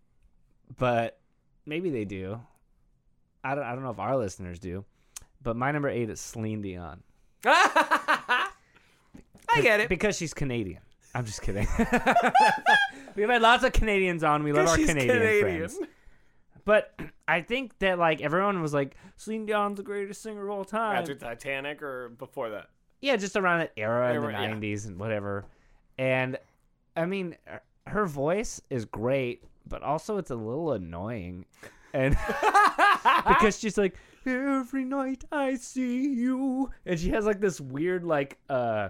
A: but maybe they do. I don't, I don't know if our listeners do, but my number eight is Celine Dion.
B: I get it.
A: Because she's Canadian. I'm just kidding. (laughs) We've had lots of Canadians on. We love our
B: She's
A: Canadian, friends. But (clears throat) I think that like everyone was like Celine Dion's the greatest singer of all time.
B: After Titanic or before that?
A: yeah, just around that era in the
B: Era, yeah.
A: 90s and whatever. And I mean, her- her voice is great, but also it's a little annoying. And (laughs) because she's like, every night I see you. And she has like this weird, like, uh,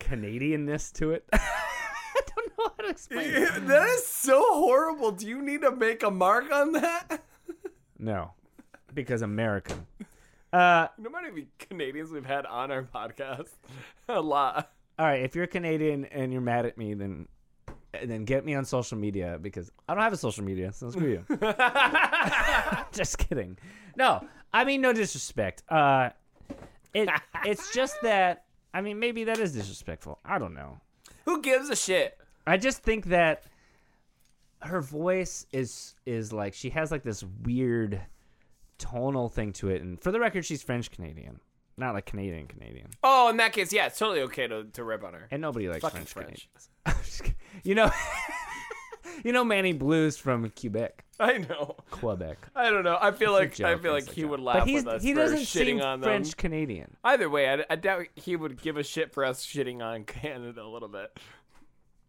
A: Canadianness to it. (laughs) I don't know how to explain it.
B: (laughs) that is so horrible. Do you need to make a mark on that? (laughs)
A: No, because American. Uh,
B: No matter how many Canadians we've had on our podcast, (laughs) a lot.
A: all right, if you're Canadian and you're mad at me, then then get me on social media because I don't have a social media, so screw you. just kidding. No, I mean no disrespect. Uh, it it's just that I mean maybe that is disrespectful. I don't know.
B: Who gives a shit?
A: I just think that her voice is is like she has like this weird tonal thing to it. And for the record, she's French Canadian, not like Canadian Canadian.
B: Oh, in that case, yeah, it's totally okay to, to rip on her.
A: And nobody likes
B: Fucking
A: French
B: French.
A: (laughs) Canadians. you know, (laughs) you know Manny Blues from Quebec,
B: I know.
A: Quebec.
B: I don't know. I feel like
A: joke,
B: I feel
A: it's
B: like
A: a
B: he
A: joke.
B: would laugh
A: But he's
B: with us
A: he
B: for
A: doesn't
B: shitting
A: seem
B: on them.
A: French Canadian.
B: Either way, I, I doubt he would give a shit for us shitting on Canada a little bit.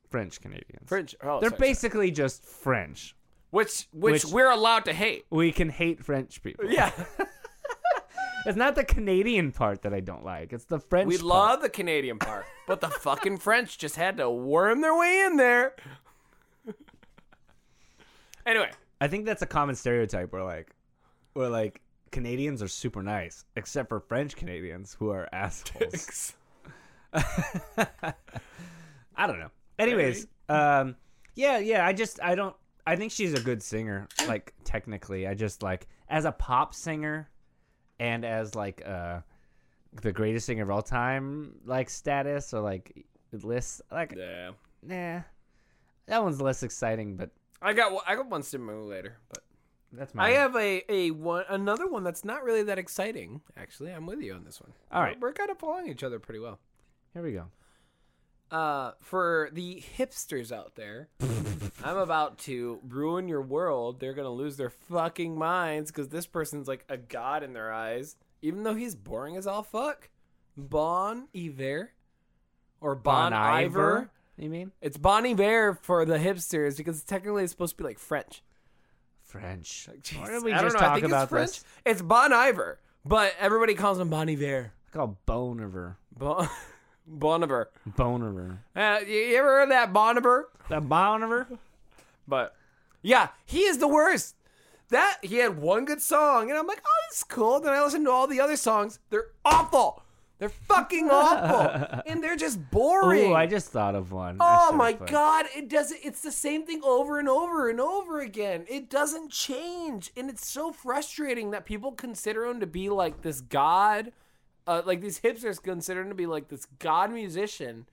A: French Canadians.
B: French. Oh,
A: They're
B: sorry, sorry.
A: basically just French.
B: Which, which
A: which-
B: we're allowed
A: (laughs)
B: to hate.
A: We can hate French people.
B: (laughs) Yeah,
A: It's not the Canadian part that I don't like. It's the French.
B: we
A: part.
B: love the Canadian part, but the fucking French just had to worm their way in there. (laughs)
A: (laughs)
B: anyway,
A: I think that's a common stereotype where like where like Canadians are super nice, except for French Canadians who are (laughs) assholes. I don't know. Anyways, um yeah, yeah, I just I don't I think she's a good singer, like technically. I just like as a pop singer and as like uh the greatest singer of all time like status or like list like
B: yeah,
A: nah. That one's less exciting, but
B: I got one- I got one stimulator later, but
A: that's my
B: I have a a one another one that's not really that exciting. Actually, I'm with you on this one.
A: All right.
B: we're, we're kind of following each other pretty well.
A: Here we go.
B: Uh, for the hipsters out there, I'm about to ruin your world. They're gonna lose their fucking minds because this person's like a god in their eyes, even though he's boring as all fuck. Bon Iver, or Bon, Iver.
A: You mean?
B: It's Bon Iver for the hipsters because technically it's supposed to be like French.
A: French.
B: Jeez,
A: Why did we
B: I don't
A: just
B: know, I
A: talk
B: think it's
A: about
B: French.
A: this?
B: It's Bon Iver, but everybody calls him Bon Iver.
A: It's called Boniver.
B: Bon, (laughs) bon Iver.
A: Boniver.
B: Uh, you- you ever heard that Bon Iver?
A: That Boniver?
B: But yeah, he is the worst. That he had one good song, and I'm like, oh, this is cool. Then I listened to all the other songs. They're awful. They're fucking
A: (laughs)
B: awful, and they're just boring.
A: Oh, I just thought of one. I
B: Oh
A: should've
B: my
A: put-
B: god, it doesn't it's the same thing over and over and over again. It doesn't change. And it's so frustrating that people consider him to be like this god uh, like these hipsters consider him to be like this god musician.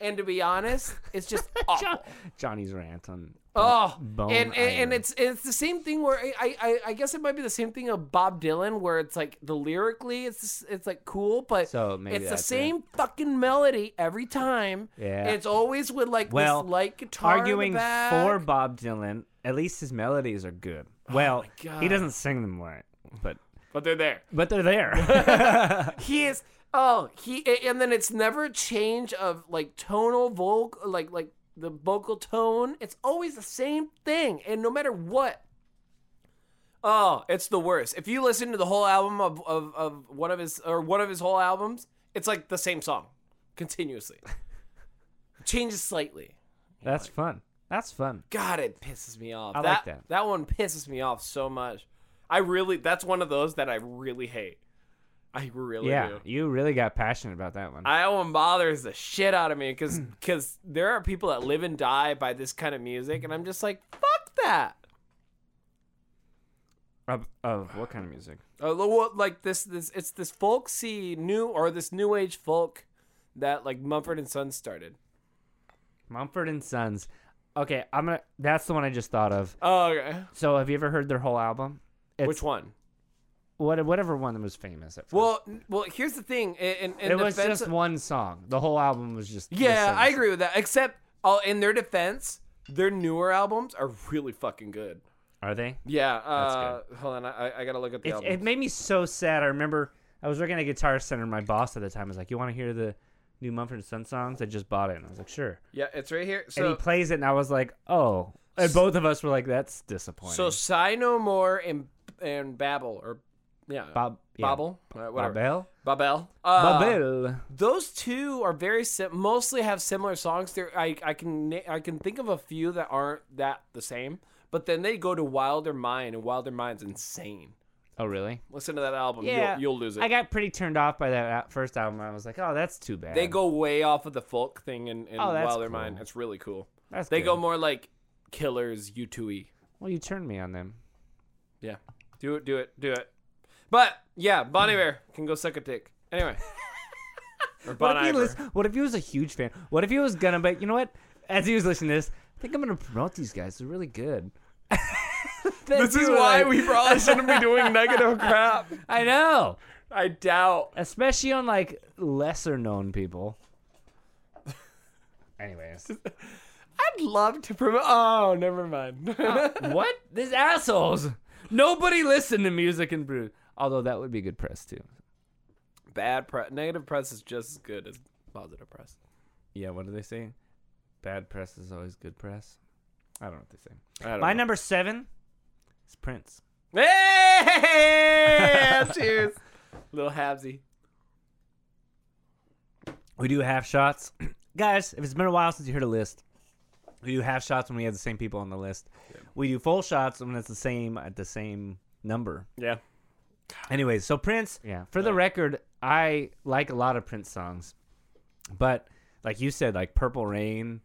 B: And to be honest, it's just awful.
A: Johnny's rant on.
B: Oh,
A: Bone
B: and, and and
A: Iron.
B: it's it's the same thing where I, I- I I guess it might be the same thing of Bob Dylan where it's like the lyrically it's it's like cool but
A: So maybe
B: it's the
A: that's it.
B: same fucking melody every time.
A: Yeah.
B: it's always with like
A: Well,
B: this light guitar in the
A: Arguing
B: back. Oh
A: for Bob Dylan, at least his melodies are good. Well, he
B: God.
A: doesn't sing them right, but
B: but they're there.
A: but they're
B: (laughs)
A: there. (laughs)
B: He is oh he a- and then it's never a change of like tonal vocal like like the vocal tone. It's always the same thing, and no matter what. Oh, it's the worst. If you listen to the whole album of, of, of one of his or one of his whole albums, it's like the same song continuously. Changes slightly.
A: That's fun. That's fun.
B: God, it pisses me off.
A: I
B: that,
A: like that.
B: That one pisses me off so much. I really that's one of those that I really hate. I really
A: Yeah,
B: do.
A: you really got passionate about that one.
B: That one bothers the shit out of me because
A: Mm.
B: there are people that live and die by this kind of music, and I'm just like, fuck that.
A: Of, of what kind of music?
B: Uh, lo- what- like this, this it's this folksy new or this new age folk that like Mumford and Sons started.
A: Mumford and Sons. Okay, I'm gonna. That's the one I just thought of.
B: Oh, okay.
A: So, have you ever heard their whole album? It's
B: Which one?
A: what, whatever one that was famous. At first.
B: Well, n- well, here's the thing. i- In, in
A: it was
B: defense
A: just
B: of-
A: one song. The whole album was just.
B: yeah,
A: listens.
B: I agree with that. Except, uh, in their defense, their newer albums are really fucking good.
A: Are they?
B: Yeah. Uh, Hold on, I, I gotta look at the
A: It,
B: album.
A: it made me so sad. I remember I was working at Guitar Center. My boss at the time was like, "You want to hear the new Mumford and Sons songs?" I just bought it, and I was like, "Sure."
B: yeah, it's right here. So
A: and he plays it, and I was like, "Oh!" And both of us were like, "That's disappointing."
B: So sigh no more and and babble or yeah,
A: Bob, yeah,
B: bobble, uh, whatever,
A: Babel,
B: babel. Uh,
A: Babel.
B: Those two are very sim- mostly have similar songs. There, I I can na- I can think of a few that aren't that the same, but then they go to Wilder Mind and Wilder Mind's insane.
A: Oh, really?
B: Listen to that album.
A: Yeah.
B: You'll, you'll lose it.
A: I got pretty turned off by that al- first album. I was like, oh, that's too bad.
B: they go way off of the folk thing in, in
A: Oh, that's
B: Wilder
A: cool.
B: Mind. That's really cool.
A: That's
B: They
A: good.
B: go more like Killers, E. U2E.
A: Well, you turned me on them.
B: Yeah. Hmm. Do it, do it, do it. But yeah, Bon Iver can go suck a dick. (laughs) Anyway. or
A: what,
B: Bon
A: if he
B: Iver.
A: lis- what if he was a huge fan? What if he was gonna? But you know what? As he was listening to this, I think I'm gonna promote these guys. They're really good. (laughs)
B: this is why we probably shouldn't be (laughs) doing negative crap.
A: I know,
B: I doubt.
A: especially on like lesser known people. (laughs) Anyways,
B: I'd love to promote. Oh, never mind. (laughs)
A: what these assholes? Nobody listened to music and brew. Although that would be good press too.
B: Bad press. Negative press is just as good as positive press.
A: Yeah, what do they say? Bad press is always good press. I don't know what they say.
B: I don't
A: My
B: know.
A: number seven is Prince.
B: (laughs) Hey! Cheers. Little Habsy.
A: We do half shots. (clears throat) Guys, if it's been a while since you heard a list, we do half shots when we have the same people on the list. We do full shots when it's the same at the same number.
B: Yeah.
A: Anyways, so Prince, yeah. For the record, I like a lot of Prince songs. But like you said, like Purple Rain,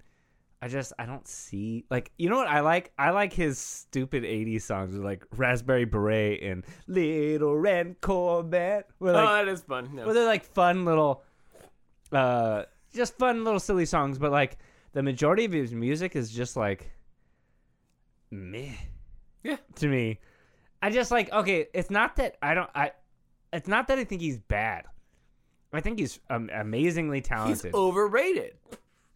A: I just I don't see like you know what I like? I like his stupid 80s songs like Raspberry Beret and Little Red Corvette. Where, like,
B: oh, that is fun. No.
A: well, they're like fun little, uh, just fun little silly songs. But like the majority of his music is just like, meh.
B: Yeah.
A: To me, I just like okay. It's not that I don't. I. It's not that I think he's bad. I think he's um, amazingly
B: He's
A: talented.
B: overrated.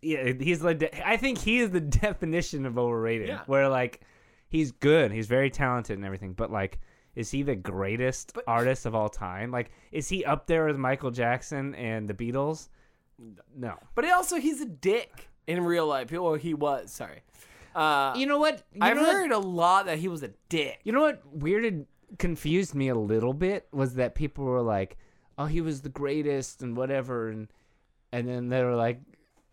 A: yeah, he's like. de- I think he is the (laughs) definition of overrated.
B: Yeah.
A: Where like, he's good. He's very talented and everything. But like. Is he the greatest artist of all time? Like, is he up there with Michael Jackson and the Beatles? No.
B: But also, he's a dick in real life. Well, he was. Sorry. Uh,
A: You know what? You
B: I've
A: know what-
B: heard a lot that he was a dick.
A: you know what weirded, confused me a little bit was that people were like, "Oh, he was the greatest" and whatever, and and then they were like,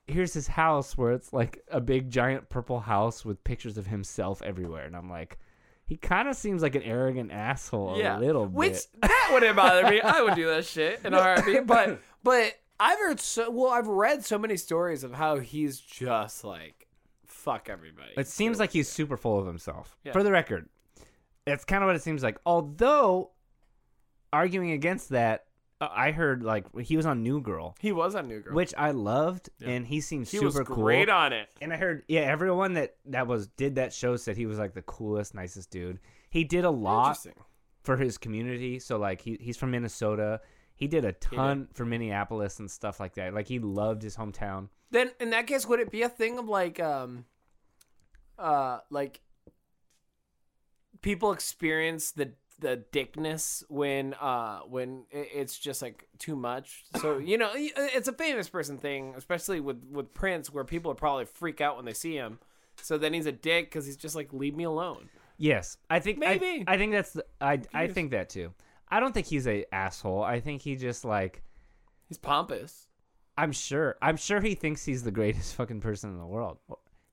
A: "Here's his house where it's like a big giant purple house with pictures of himself everywhere," and I'm like. He kind of seems like an arrogant asshole a little bit.
B: Which that wouldn't bother me. I would
A: (laughs)
B: do that shit in a heartbeat. But but I've heard so well. I've read so many stories of how he's just like fuck everybody.
A: It seems like he's super full of himself.
B: Yeah.
A: For the record, that's kind of what it seems like. Although, arguing against that, uh, I heard like he was on New Girl,
B: he was on New Girl.
A: which I loved, and he seemed
B: he
A: super
B: was
A: cool.
B: great on it.
A: and I heard, yeah, everyone that that was did that show said he was like the coolest, nicest dude. He did a lot
B: Interesting.
A: for his community. So like he he's from Minnesota. He did a ton for Minneapolis and stuff like that. Like he loved his hometown.
B: Then in that case, would it be a thing of like um, uh, like people experience the the dickness when uh when i- it's just like too much so
A: (coughs)
B: you know i- it's a famous person thing especially with with prince where people would probably freak out when they see him so then he's a dick because he's just like leave me alone
A: Yes, I think I-
B: Maybe.
A: I, think that's the, I I think that too. I don't think he's a asshole. I think he just like
B: he's pompous
A: I'm sure I'm sure he thinks he's the greatest (laughs) fucking person in the world.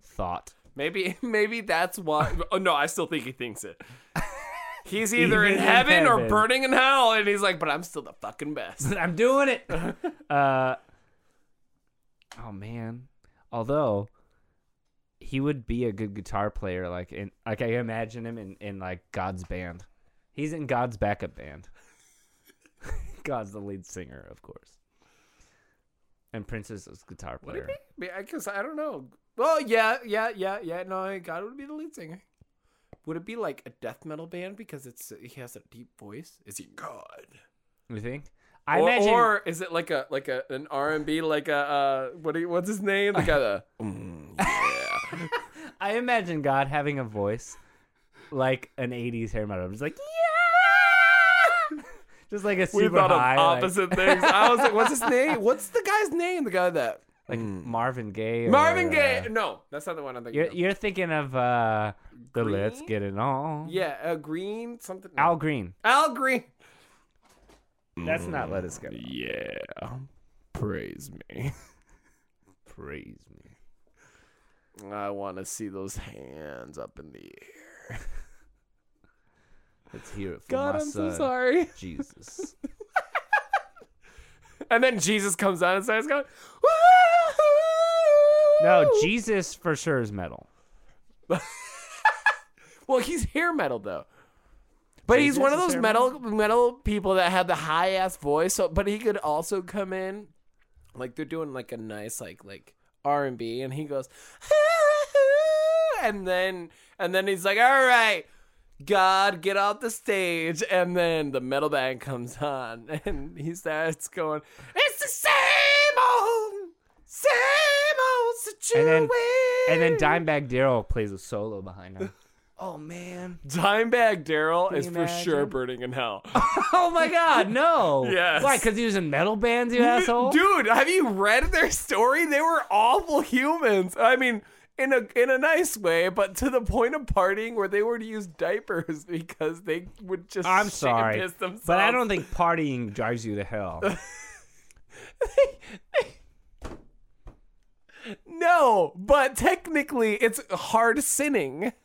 A: Thought
B: maybe (laughs) maybe that's
A: (laughs)
B: why oh no i still think he thinks it he's either
A: Even
B: in
A: in
B: heaven or
A: heaven.
B: burning in hell and he's like but i'm still the fucking best
A: (laughs) I'm doing it. uh, oh man. Although he would be a good guitar player, like in like I imagine him in in like God's band. He's in God's backup band. (laughs) God's the lead singer, of course. And Prince is his guitar player.
B: Because I don't know. Well, yeah, yeah, yeah, yeah. No, I- God would be the lead singer. Would it be like a death metal band because it's he has a deep voice? Is he God?
A: You think? I
B: or,
A: imagine.
B: or is it like a like a an R and B like a uh, what do you, what's his name? The
A: (laughs)
B: guy that
A: Mm. I imagine God having a voice like an '80s hair metal. Just like (laughs) yeah, just like a
B: (laughs) we
A: super
B: thought of
A: high, like-
B: opposite things. I was like,
A: (laughs)
B: what's his name? What's the guy's name? The guy that
A: like, Marvin Gaye. or,
B: Marvin
A: uh,
B: Gaye. No, that's not the one I'm thinking.
A: You're,
B: of.
A: you're thinking of uh, the
B: Green?
A: Let's Get It On.
B: Yeah, uh, Green something.
A: Al Green.
B: Al Green.
A: That's not Let Us Get It.
B: Yeah, praise me.
A: Praise me.
B: I want to see those hands up in the air.
D: Let's hear it from
B: God,
D: my
B: I'm
D: son,
B: so sorry. (laughs)
D: Jesus.
B: And then Jesus comes on and starts (laughs) going,
A: No, Jesus for sure is metal.
B: Well, he's hair metal though. But he's
A: Jesus
B: one of
A: is
B: those
A: hair
B: metal metal people that had the high ass voice. So, but he could also come in, like they're doing like a nice like like R and B, and he goes, (laughs) and then and then he's like, all right. God, get off the stage, and then the metal band comes on, (laughs) and he starts going, "It's the same old, same old
A: And
B: situation."
A: then- And then Dimebag Daryl plays a solo behind him.
D: oh man.
B: Dimebag Daryl is
D: you
B: for sure
D: imagine?
B: burning
D: (laughs)
B: in hell.
A: (laughs) oh my God, no!
B: Yes.
A: Why? Because he was in metal bands, you asshole.
B: Dude, have you read their story? They were awful humans. I mean, in a in a nice way, but to the point of partying where they were to use diapers (laughs) because they would just
A: I'm
B: shit
A: sorry,
B: and piss themselves.
A: but I don't think partying drives you to (laughs) hell.
B: No, but technically it's hard sinning. (laughs)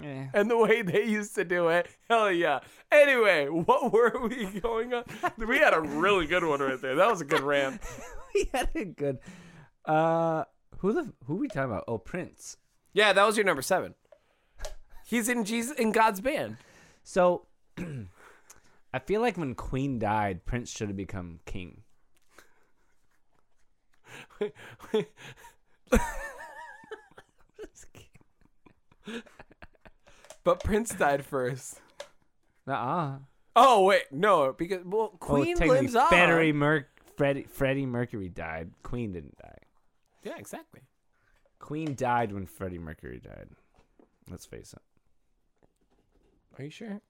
A: Eh.
B: And the way they used to do it, hell yeah. Anyway, (laughs) what were we going on? We had a really good one right there. That was a good rant.
A: he had a good. Uh, who the who we talking about? Oh, Prince.
B: Yeah, that was your number seven. He's in Jesus in God's band.
A: So, (clears throat) I feel like when Queen died, Prince should have become king.
B: But Prince died first.
A: Uh-uh.
B: Oh wait, no, because well,
A: Well,
B: Queen
A: Oh, technically,
B: lives on.
A: Freddie, Merc- Freddie, Freddie Mercury died. Queen didn't die.
B: Yeah, exactly.
A: Queen died when Freddie Mercury died. Let's face it.
B: Are you sure?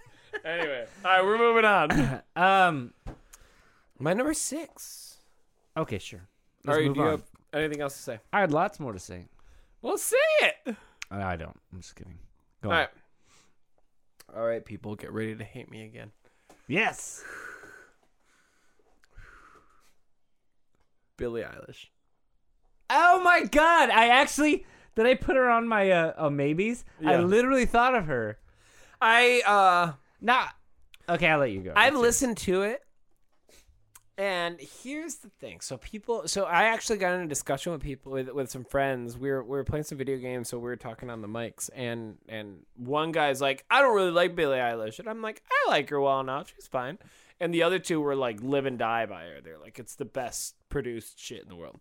B: (laughs) anyway, all right, we're moving on.
A: Um.
B: (coughs) My number six.
A: Okay, sure.
B: All
A: Let's
B: right,
A: move
B: do you
A: on.
B: have anything else to say?
A: I had lots more to say.
B: Well, say it.
A: Uh, I don't. I'm just kidding. Go
B: All
A: on.
B: right. All right, people, get ready to hate me again.
A: Yes.
B: Billie Eilish.
A: Oh my god! I actually did. I put her on my uh, uh maybes. I
B: Yeah.
A: literally thought of her.
B: I uh
A: Nah. Okay, I'll let you go.
B: I've listened to it. And here's the thing. So people so I actually got in a discussion with people with, with some friends. We were we were playing some video games, so we were talking on the mics and and one guy's like, I don't really like Billie Eilish. And I'm like, I like her well enough. She's fine. And the other two were like live and die by her. They're like, it's the best produced shit in the world.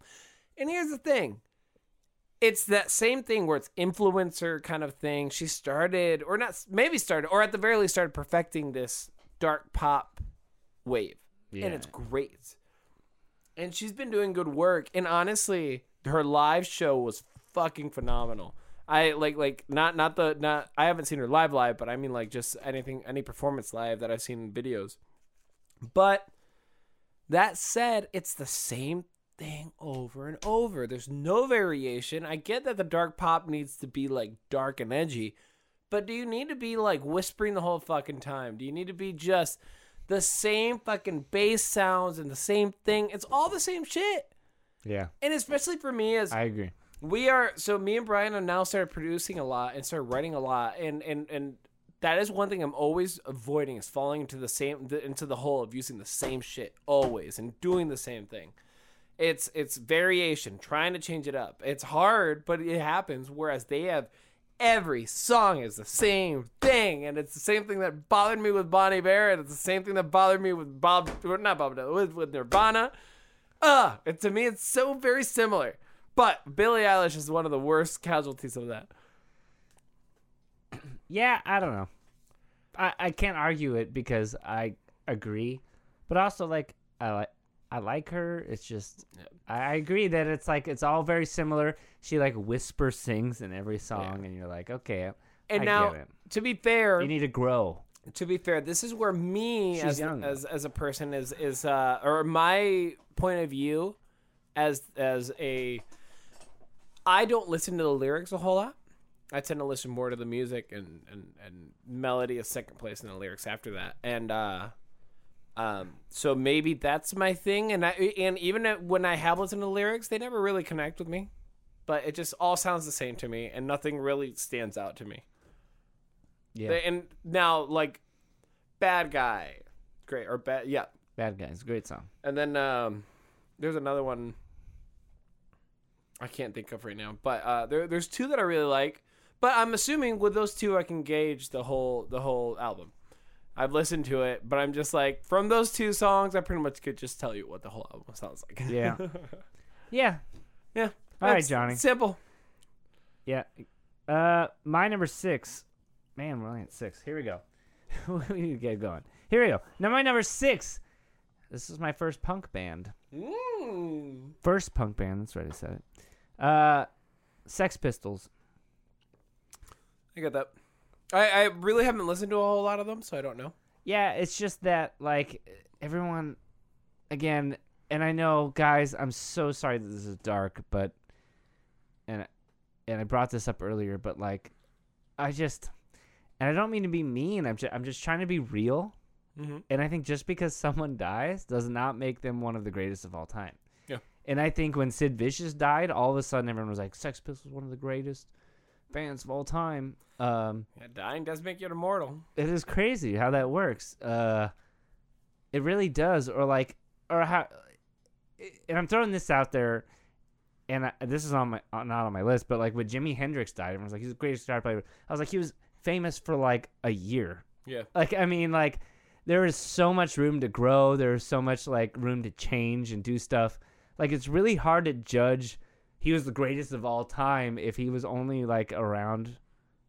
B: And here's the thing it's that same thing where it's influencer kind of thing. She started, or not, maybe started, or at the very least started perfecting this dark pop wave, and it's great. And she's been doing good work. And honestly, her live show was fucking phenomenal. I like like not not the not I haven't seen her live live, but I mean like just anything any performance live that I've seen in videos. But that said, it's the same thing over and over. There's no variation. I get that the dark pop needs to be like dark and edgy, but do you need to be like whispering the whole fucking time? Do you need to be just the same fucking bass sounds and the same thing? It's all the same shit.
A: Yeah,
B: And especially for me as
A: I agree.
B: we are so me and Brian have now started producing a lot and started writing a lot and and and that is one thing I'm always avoiding is falling into the same the, into the hole of using the same shit always and doing the same thing. It's it's variation, trying to change it up. It's hard, but it happens. Whereas they have every song is the same thing, and it's the same thing that bothered me with Bonnie Bear, and it's the same thing that bothered me with Bob, or not Bob, Dylan, with with Nirvana. Uh, and to me, it's so very similar. But Billie Eilish is one of the worst casualties of that.
A: Yeah, I don't know. I I can't argue it because I agree, but also like I like. I like her. It's just, I I agree that it's like it's all very similar. She like whisper sings in every song, and you're like, okay,
B: And
A: I
B: now,
A: get it.
B: to be fair,
A: you need to grow.
B: to be fair, this is where me
A: She's
B: as,
A: young, though.
B: as as a person is is uh, or my point of view as as a I don't listen to the lyrics a whole lot. I tend to listen more to the music and and and melody is second place and the lyrics after that. And uh um so maybe that's my thing and I and even at- when I have listened to lyrics, they never really connect with me. But it just all sounds the same to me and nothing really stands out to me.
E: Yeah.
B: They, and now like bad guy, great or bad. Yeah,
A: Bad guys, great
B: (laughs)
A: song.
B: and then um, there's another one I can't think of right now, but uh, there, there's two that I really like. But I'm assuming with those two, I can gauge the whole the whole album. I've listened to it, but I'm just like from those two songs, I pretty much could just tell you what the whole album sounds like.
A: Yeah. Yeah.
B: (laughs) yeah.
A: All right,
B: It's
A: Johnny.
B: Simple.
A: Yeah. Uh, my number six. Man, we're only at six. Here we go. (laughs) we need to get going. Here we go. Now my number six. This is my first punk band.
B: Mm.
A: First punk band. That's right. I said it. Uh, Sex Pistols.
B: I get that. I, I really haven't listened to a whole lot of them, so I don't know.
A: Yeah, it's just that like everyone, again, and I know, guys. I'm so sorry that this is dark, but and and I brought this up earlier, but like, I just and I don't mean to be mean. I'm just, I'm just trying to be real.
B: Mm-hmm.
A: And I think just because someone dies does not make them one of the greatest of all time.
B: Yeah.
A: And I think when Sid Vicious died, all of a sudden everyone was like, Sex Pistols one of the greatest bands of all time. Um,
B: Yeah, dying does make you immortal.
A: it is crazy how that works. Uh, it really does. Or like, or how, and I'm throwing this out there, and I, this is on my uh, not on my list, but like when Jimi Hendrix died, everyone was like, he's the greatest guitar player. I was like, he was famous for like a year.
B: Yeah.
A: Like I mean, like there is so much room to grow. There is so much like room to change and do stuff. Like it's really hard to judge. He was the greatest of all time if he was only like around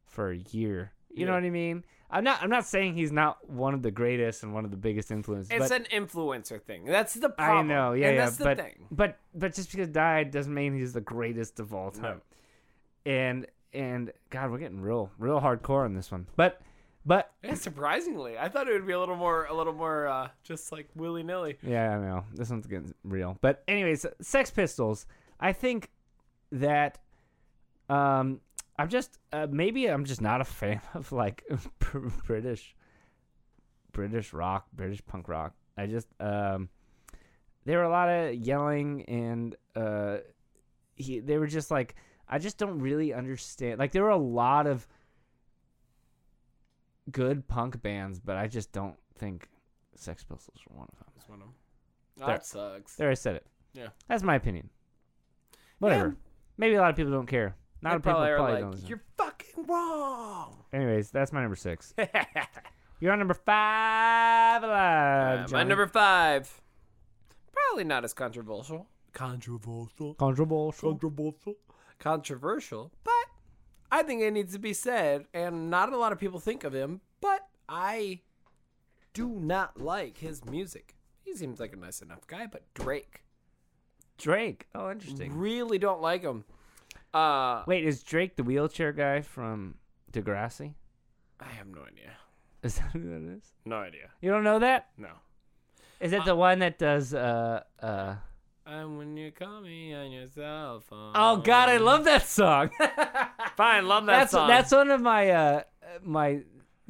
A: for a year. You know
B: Yeah.
A: what I mean? I'm not. I'm not saying he's not one of the greatest and one of the biggest influences.
B: It's
A: but,
B: an influencer thing. That's the
A: I
B: problem.
A: know, yeah,
B: and
A: yeah,
B: That's the
A: but
B: thing.
A: but but just because he died doesn't mean he's the greatest of all time. And and God, we're getting real real hardcore on this one. But but
B: Yeah, surprisingly, I thought it would be a little more, a little more, uh, just like willy nilly.
A: Yeah, I know. This one's getting real. But anyways, Sex Pistols. I think that um I'm just uh, maybe I'm just not a fan (laughs) of like Br- British British rock, British punk rock. I just um there were a lot of yelling and uh he, they were just like I just don't really understand. Like there were a lot of good punk bands, but I just don't think Sex Pistols were one of them. There.
B: That sucks.
A: There, I said it.
B: Yeah.
A: That's my opinion. Whatever. Maybe a lot of people don't care. Not
B: They
A: a people
B: probably
A: probably
B: are
A: don't.
B: like,
A: listen.
B: you're fucking wrong.
A: (laughs) Anyways, that's my number six. You're on number five. Alive,
B: Uh, my
A: Johnny.
B: number five, probably not as controversial. Controversial.
A: Controversial.
B: Controversial. Controversial, but I think it needs to be said, and not a lot of people think of him. But I do not like his music. He seems like a nice enough guy, but Drake.
A: Drake. Oh, interesting.
B: Really don't like him. Uh,
A: Wait, is Drake the wheelchair guy from Degrassi? (laughs)
B: I have no idea.
A: Is that who that is?
B: No idea.
A: You don't know that?
B: No.
A: Is that the one that does uh uh?
B: And when you call me on your cell phone.
A: Oh God, I love that
B: (laughs)
A: song.
B: Fine, love
A: (laughs)
B: that
A: that's
B: song.
A: that's one of my uh my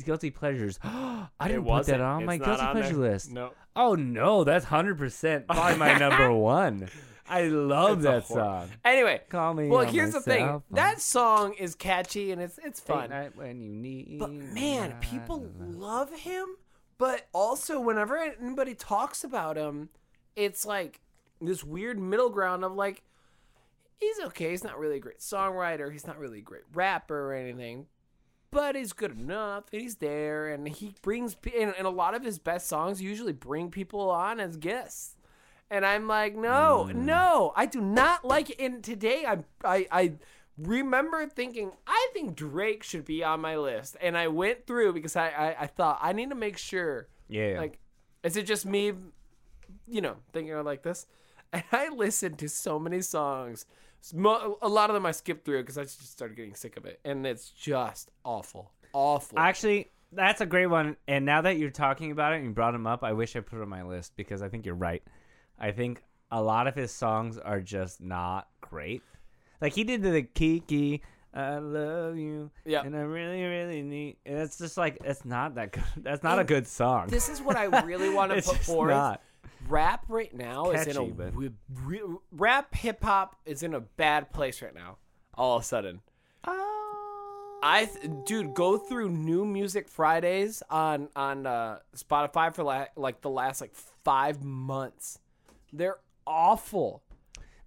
A: guilty pleasures. (gasps) I didn't put that
B: wasn't.
A: on my
B: It's not
A: guilty
B: on
A: pleasure
B: there.
A: list.
B: no.
A: Oh no, that's hundred percent probably my (laughs) number one. I love
B: It's a
A: that
B: horror.
A: song.
B: Anyway,
A: Call me. on
B: well, here's
A: my
B: the thing.
A: cell phone.
B: That song is catchy and it's it's
A: Late
B: fun.
A: night when you need.
B: But man, people
A: me.
B: love him. But also, whenever anybody talks about him, it's like this weird middle ground of like, he's okay. He's not really a great songwriter. He's not really a great rapper or anything. But he's good enough, and he's there, and he brings. pe- And, and a lot of his best songs usually bring people on as guests. And I'm like, no, no, I do not like it. And today I, I, I remember thinking, I think Drake should be on my list. And I went through because I, I, I thought I need to make sure,
A: Yeah.
B: like, is it just me, you know, thinking like this? (laughs) And I listened to so many songs. Mo- A lot of them I skipped through because I just started getting sick of it. And it's just awful, awful.
A: Actually, that's a great one. And now that you're talking about it and you brought him up, I wish I put it on my list because I think you're right. I think a lot of his songs are just not great. Like he did the Kiki, I love you,
B: Yeah.
A: and I really, really need. And it's just like it's not that good. (laughs) That's not a good song.
B: this is what I really want (laughs) to
A: It's
B: put
A: just
B: forth.
A: not.
B: Rap right now is in
A: Catchy,
B: a
A: but-
B: w- re- rap hip hop is in a bad place right now. All of a sudden, I th- dude, go through new music Fridays on on uh, Spotify for like like the last like five months. They're awful.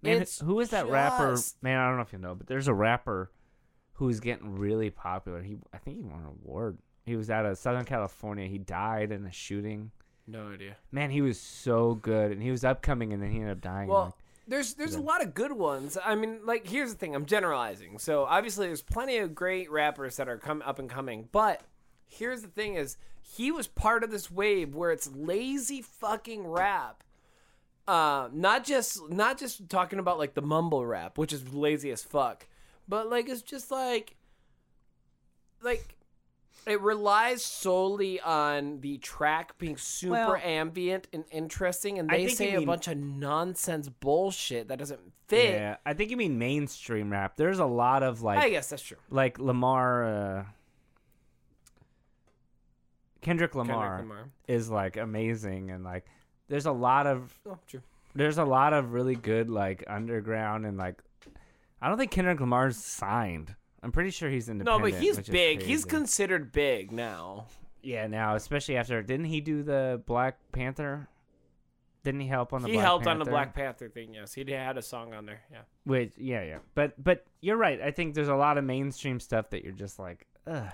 A: Man,
B: It's
A: who is that rapper?
B: just-
A: Man, I don't know if you know, but there's a rapper who's getting really popular. He, I think he won an award. He was out of Southern California. He died in a shooting.
B: No idea.
A: Man, he was so good, and he was upcoming, and then he ended up dying.
B: Well,
A: like,
B: there's there's a lot of good ones. I mean, like here's the thing. I'm generalizing. So obviously, there's plenty of great rappers that are come up and coming. But here's the thing: is he was part of this wave where it's lazy fucking rap. Uh, not just not just talking about like the mumble rap, which is lazy as fuck, but like it's just like like it relies solely on the track being super
A: Well-
B: ambient and interesting, and
A: I
B: they
A: think you
B: say a
A: mean-
B: bunch of nonsense bullshit that doesn't fit.
A: yeah, I think you mean mainstream rap. There's a lot of like,
B: I guess that's true.
A: like Lamar, uh, Kendrick Lamar,
B: Kendrick Lamar.
A: is like amazing, and like, there's a lot of
B: Oh, true.
A: there's a lot of really good like underground and like I don't think Kendrick Lamar's signed. I'm pretty sure he's
B: No,
A: independent.
B: but he's
A: which is
B: big. He's
A: crazy.
B: considered big now.
A: yeah now, especially after didn't he do the Black Panther? Didn't he help on the
B: He
A: Black
B: helped on
A: Panther?
B: the Black Panther thing. Yes, he had a song on there. Yeah.
A: Which yeah yeah, but but you're right. I think there's a lot of mainstream stuff that you're just like, ugh.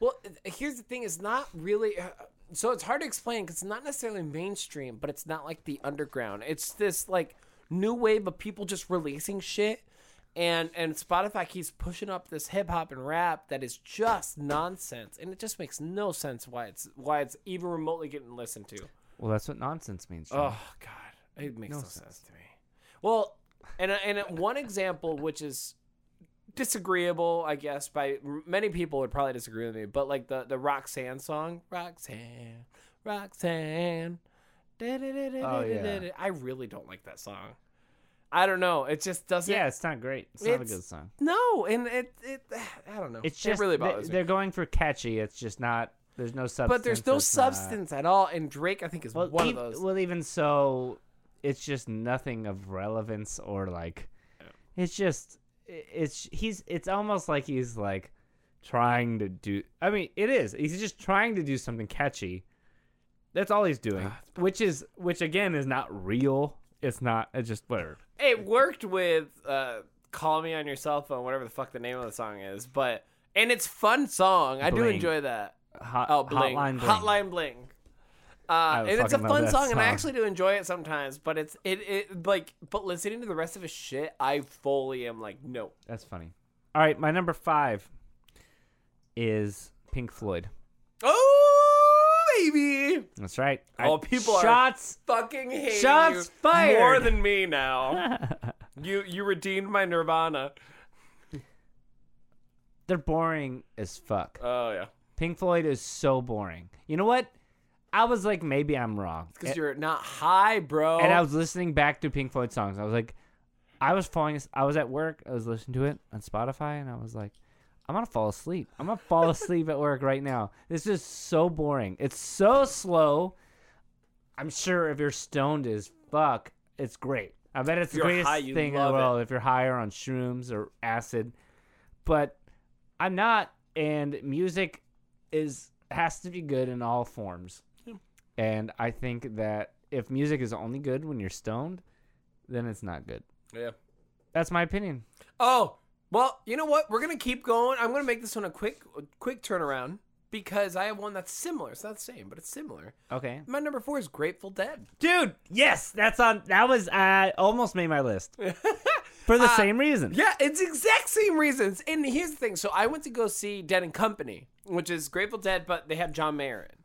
B: Well, th- here's the thing: it's not really. uh, So it's hard to explain because it's not necessarily mainstream, but it's not like the underground. It's this like new wave of people just releasing shit, and and Spotify keeps pushing up this hip hop and rap that is just nonsense, and it just makes no sense why it's why it's even remotely getting listened to.
A: Well, that's what nonsense means. Sean.
B: Oh God, it makes no, sense. to me. Well, and uh, and one example which is disagreeable, I guess, by many people would probably disagree with me, but like the the Roxanne song, Roxanne, Roxanne.
A: Oh,
B: da-da-da-da-da-da-da. I really don't like that song. I don't know. It just doesn't.
A: yeah, it's not great. It's, not a
B: It's-
A: good song.
B: No, and it it. (sighs) I don't know.
A: It's just
B: it really
A: they-
B: bothers me.
A: they're going for catchy. It's just not. There's no substance.
B: But there's no
A: it's not-
B: substance at all, and Drake I think is
A: Well,
B: one
A: ev-
B: of those.
A: well, even so, it's just nothing of relevance or like. It's just i- it's he's it's almost like he's like trying to do. I mean, it is. He's just trying to do something catchy. That's all he's doing,
B: Ah,
A: which is which again is not real. It's not. It's just whatever.
B: it worked with uh, "Call Me on Your Cell Phone," whatever the fuck the name of the song is, but and it's fun song. I do
A: Bling.
B: enjoy that.
A: Hot,
B: Oh, bling.
A: hotline bling.
B: Hotline bling. Uh,
A: would
B: and it's a
A: fucking love
B: fun
A: that
B: song, and I
A: song.
B: actually do enjoy it sometimes. But it's it, it like but listening to the rest of his shit, I fully am like no.
A: That's funny. All right, my number five is Pink Floyd.
B: Oh baby,
A: That's right.
B: Oh, people are-
A: shots. (laughs)
B: fucking hate
A: Shots
B: you
A: fired.
B: more than me now. you you redeemed my Nirvana.
A: They're boring as fuck.
B: Oh yeah,
A: Pink Floyd is so boring. You know what? I was like, maybe I'm wrong.
B: because you're not high, bro.
A: And I was listening back to Pink Floyd songs. I was like, I was falling. as- I was at work. I was listening to it on Spotify, and I was like, I'm gonna fall asleep. I'm gonna fall asleep at work right now. This is so boring. It's so slow. I'm sure if you're stoned as fuck, it's great. I bet it's the
B: you're
A: greatest
B: high, you
A: thing in the
B: love it.
A: world if you're higher on shrooms or acid. But I'm not, and music is has to be good in all forms. And I think that if music is only good when you're stoned, then it's not good.
B: yeah.
A: That's my opinion.
B: Oh, well, you know what? We're gonna keep going. I'm gonna make this one a quick, quick turnaround because I have one that's similar. It's not the same, but it's similar.
A: Okay.
B: My number four is Grateful Dead.
A: Dude, yes, that's on that was I almost made my
B: (laughs)
A: list. For the same reason.
B: Uh, Yeah, it's exact same reasons. And here's the thing: so I went to go see Dead and Company, which is Grateful Dead, but they have John Mayer in.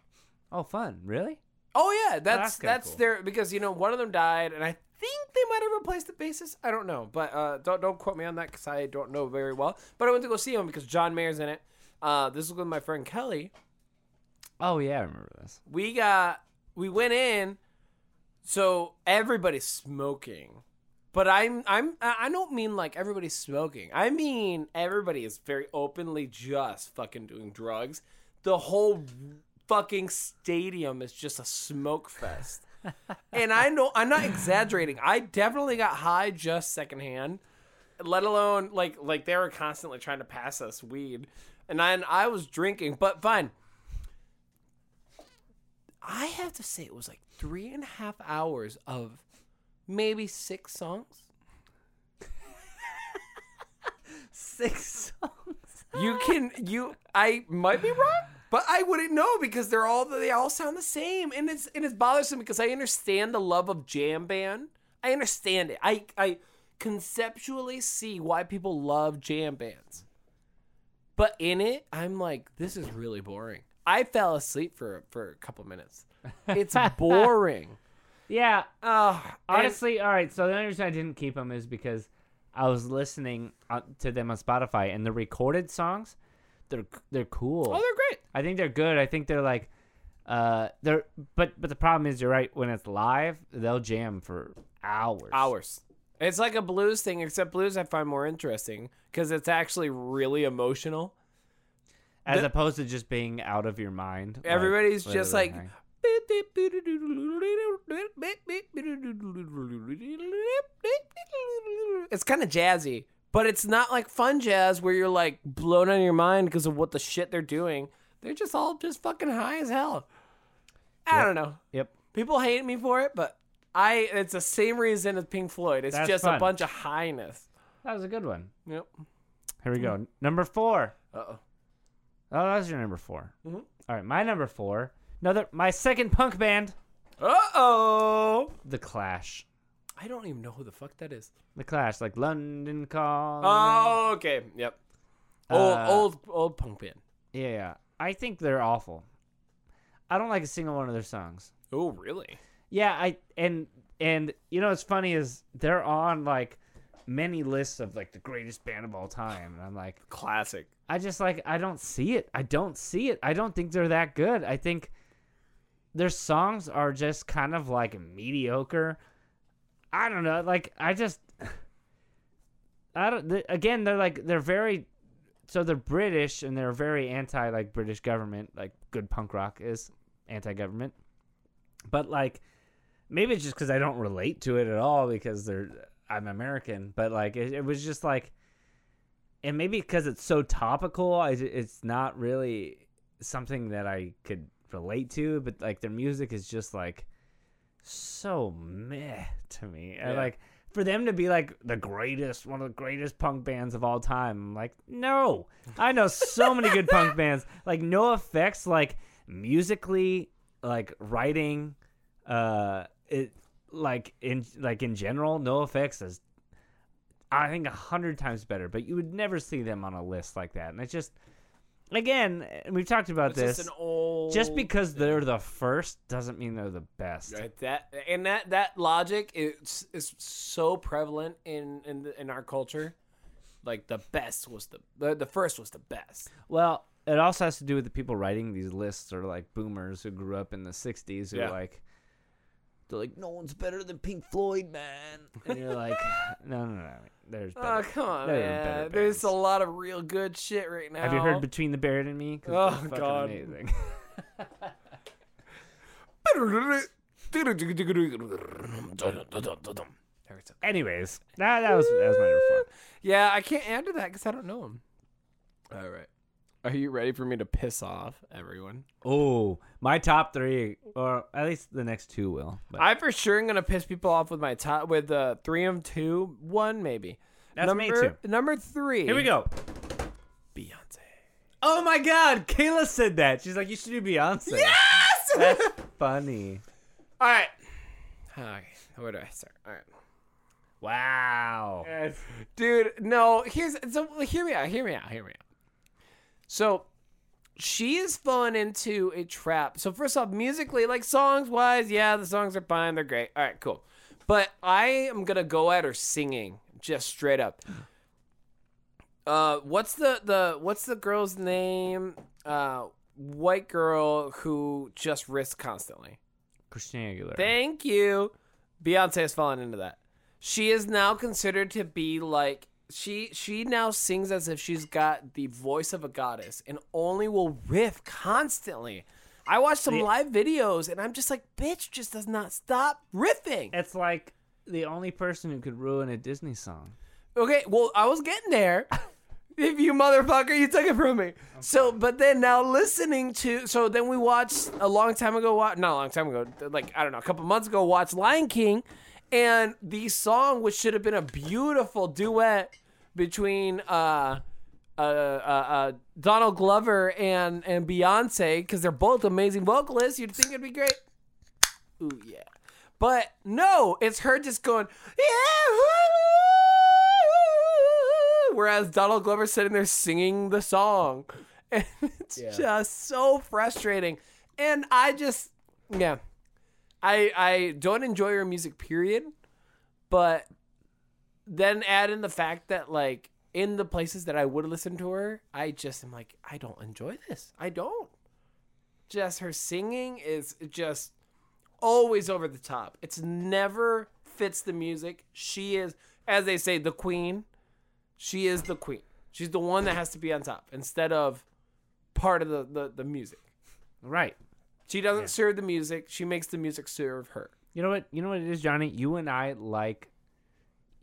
A: Oh fun. Really?
B: Oh yeah, that's
A: that's kinda
B: that's
A: cool.
B: their because you know one of them died, and I think they might have replaced the bassist. I don't know, but uh, don't don't quote me on that because I don't know very well. But I went to go see him because John Mayer's in it. Uh, this is with my friend Kelly.
A: Oh yeah, I remember (laughs) this.
B: we got we went in so everybody's smoking but i'm i'm i I don't mean like everybody's smoking i mean everybody is very openly just fucking doing drugs the whole fucking stadium is just a smoke fest and i know i'm not exaggerating i definitely got high just secondhand let alone like like they were constantly trying to pass us weed and I, and I was drinking, but fine. I have to say, it was like three and a half hours of maybe six songs.
A: Six songs.
B: You can you I might be wrong, but I wouldn't know because they're all they all sound the same, and it's and it's bothersome because I understand the love of jam band. I understand it. I I conceptually see why people love jam bands, but in it, I'm like, this is really boring. I fell asleep for for a couple minutes. It's boring.
A: Yeah.
B: Ugh, and-
A: Honestly, all right. So the only reason I didn't keep them is because I was listening uh, to them on Spotify, and the recorded songs, they're they're cool.
B: oh, they're great.
A: I think they're good. I think they're like, uh, they're but but the problem is you're right. When it's live, they'll jam for hours.
B: hours. It's like a blues thing, except blues I find more interesting because it's actually really emotional.
A: as
B: The-
A: opposed to just being out of your mind. like,
B: Everybody's just
A: literally
B: like,
A: hang-
B: it's kind of jazzy, but it's not like fun jazz where you're like blown out of your mind because of what the shit they're doing. They're just all just fucking high as hell. I don't know.
A: Yep.
B: People hate me for it, but I it's the same reason as Pink Floyd. It's
A: That's
B: just a
A: fun.
B: bunch of highness.
A: that was a good one.
B: Yep.
A: Here we go. Number four.
B: Uh oh.
A: Oh, that was your number 4
B: Mhm.
A: All right, my number four. Another my second punk band,
B: Uh oh.
A: The Clash.
B: I don't even know who the fuck that is.
A: The Clash, like London Calling.
B: Oh, okay. Yep. Old,
A: Uh,
B: old, old punk band.
A: yeah, yeah. I think they're awful. I don't like a single one of their songs.
B: Oh, really?
A: Yeah, I and and you know what's funny is they're on like many lists of like the greatest band of all time, and I'm like,
B: Classic.
A: I just like I don't see it. I don't see it. I don't think they're that good. I think their songs are just kind of like mediocre. I don't know. Like I just (sighs) I don't th- again they're like they're very so they're British and they're very anti like British government, like good punk rock is anti-government. But like maybe it's just cuz I don't relate to it at all because they're I'm American, but like it, it was just like and maybe because it's so topical, I- it's not really something that I could relate to. But like their music is just like so meh to me, and
B: Yeah.
A: like for them to be like the greatest, one of the greatest punk bands of all time, I'm like, no, I know so many good punk bands. Like No Effects, like musically, like writing, uh, it like in like in general, No Effects is I think a hundred times better, but you would never see them on a list like that. And it's just, again, and we've talked about
B: It's
A: this.
B: just an old.
A: just because they're the first doesn't mean they're the best.
B: Right, that and that that logic is is so prevalent in in the, in our culture. Like the best was the, the the first was the best.
A: Well, it also has to do with the people writing these lists are like boomers who grew up in the '60s who
B: Yeah. (laughs)
A: like they're like, no one's better than Pink Floyd, man. And you're like, no, no, no, there's. Better.
B: Oh come on,
A: there are
B: man!
A: better bands.
B: There's a lot of real good shit right now.
A: Have you heard Between the Barrett and Me? 'Cause
B: Oh,
A: they're fucking
B: God.
A: amazing. (laughs)
B: There it's-
A: Anyways, that, that was that was my number four.
B: (laughs) Yeah, I can't add to that because I don't know him. All right. Are you ready for me to piss off everyone?
A: Oh, my top three, or at least the next two will. But
B: I for sure am gonna piss people off with my top with uh, three of 'em, two, one maybe.
A: That's
B: number,
A: me
B: Number three.
A: here we go.
B: Beyonce.
A: Oh my God, Kayla said that. She's like, you should do Beyonce. (laughs)
B: Yes.
A: Funny.
B: All right. Okay. Where do I start? All right.
A: Wow.
B: Dude, no. Here's so hear me out. Hear me out. Hear me out. So she is falling into a trap. So first off, musically, like songs wise, yeah, the songs are fine. They're great. All right, cool. But I am gonna go at her singing just straight up. Uh, what's the the what's the girl's name? Uh, white girl who just risks constantly.
A: Christina Aguilera.
B: Thank you. Beyonce has fallen into that. She is now considered to be like she she now sings as if she's got the voice of a goddess and only will riff constantly. I watched some live videos and I'm just like, bitch just does not stop riffing.
A: it's like the only person who could ruin a Disney song.
B: Okay, well, I was getting there. If you motherfucker, you took it from me. So, but then now listening to, so then we watched a long time ago, wa- not a long time ago, like I don't know, a couple months ago, watched Lion King, and the song which should have been a beautiful duet between uh, uh, uh, uh Donald Glover and and Beyonce because they're both amazing vocalists. You'd think it'd be great. Ooh yeah, but no, it's her just going yeah. woo!" Whereas Donald Glover's sitting there singing the song, (laughs) and it's just so frustrating. And I just yeah, I I don't enjoy her music period, but then add in the fact that like in the places that I would listen to her, I just am like I don't enjoy this. I don't. Just her singing is just always over the top. It's never fits the music. She is, as they say, the queen. She is the queen. She's the one that has to be on top instead of part of the, the, the music.
E: Right.
B: She doesn't serve the music. She makes the music serve her.
E: You know what? You know what it is, Johnny. You and I like.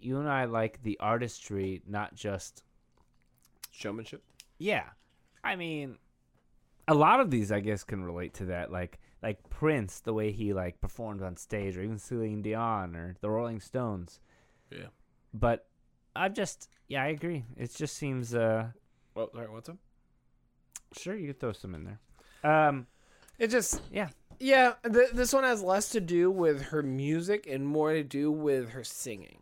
A: You and I like the artistry, not just
B: Showmanship.
A: Yeah. I mean, a lot of these I guess can relate to that like like Prince the way he like performed on stage or even Celine Dion or the Rolling Stones.
B: Yeah.
A: But I just yeah, I agree. It just seems uh
B: Well, Oh, sorry, what's up?
A: sure you could throw some in there. Um
B: It just
A: yeah.
B: yeah. Th- this one has less to do with her music and more to do with her singing.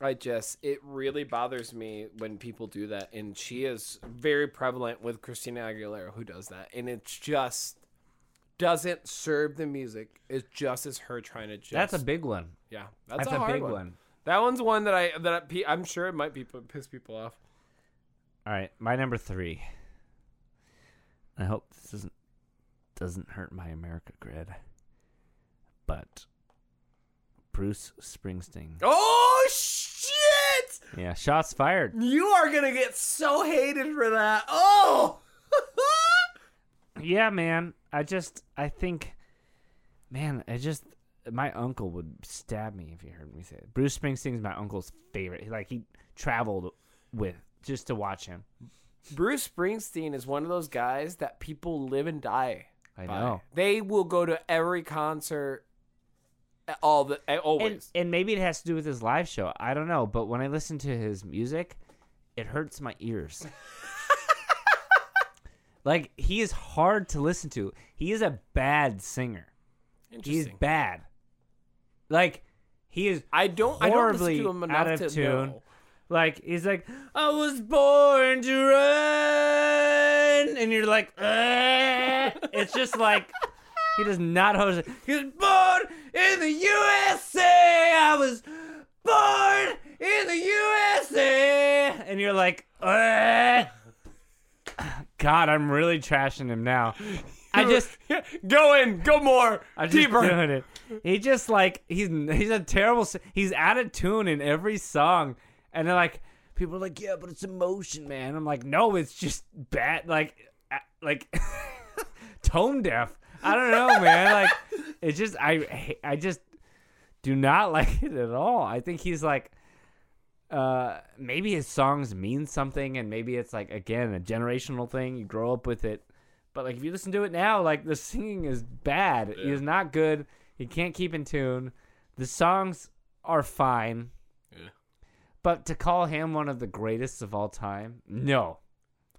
B: I just it really bothers me when people do that, and she is very prevalent with Christina Aguilera who does that, and it's just doesn't serve the music. It just is her trying to just
A: That's a big one.
B: yeah. That's,
A: That's,
B: a,
A: a,
B: hard
A: big
B: one.
A: one.
B: That one's one that I that I, pe- I'm sure it might be piss people off.
A: All right, my number 3. I hope this isn't doesn't hurt my America grid. But Bruce Springsteen.
B: Oh shit!
A: Yeah, shots fired.
B: You are gonna get so hated for that. Oh. (laughs)
A: Yeah, man. I just, I think, man, I just, my uncle would stab me if he heard me say it. Bruce Springsteen's my uncle's favorite. He- Like, he traveled with just to watch him.
B: Bruce Springsteen is one of those guys that people live and die.
A: I
B: by.
A: know.
B: They will go to every concert uh, all the uh,
A: And,
B: always.
A: and maybe it has to do with his live show. I don't know. But when I listen to his music, it hurts my (laughs) ears. like, he is hard to listen to. He is a bad singer. He's
B: Interesting.
A: bad. Like, he is
B: I don't I don't listen
A: horribly
B: to him enough
A: out of
B: to
A: tune.
B: know.
A: Like he's like, I was born to run, and you're like, "Uh." it's just like he does not host. It. He was born in the USA. I was born in the USA, and you're like, "Uh." God, I'm really trashing him now. I just
B: go in, go more,
A: I'm just
B: deeper.
A: doing it. He just like he's he's a terrible. s- He's out of tune in every song, and they're like people are like, yeah, but it's emotion, man. I'm like, no, it's just bad. Like, uh, like (laughs) tone deaf. I don't know, man. Like, it's just I ha- I just do not (laughs) like it at all. I think he's like. Uh, maybe his songs mean something, and maybe it's like again a generational thing. You grow up with it, but like if you listen to it now, like the singing is bad. It is not good. He can't keep in tune. The songs are fine.
B: Yeah.
A: But to call him one of the greatest of all time, no,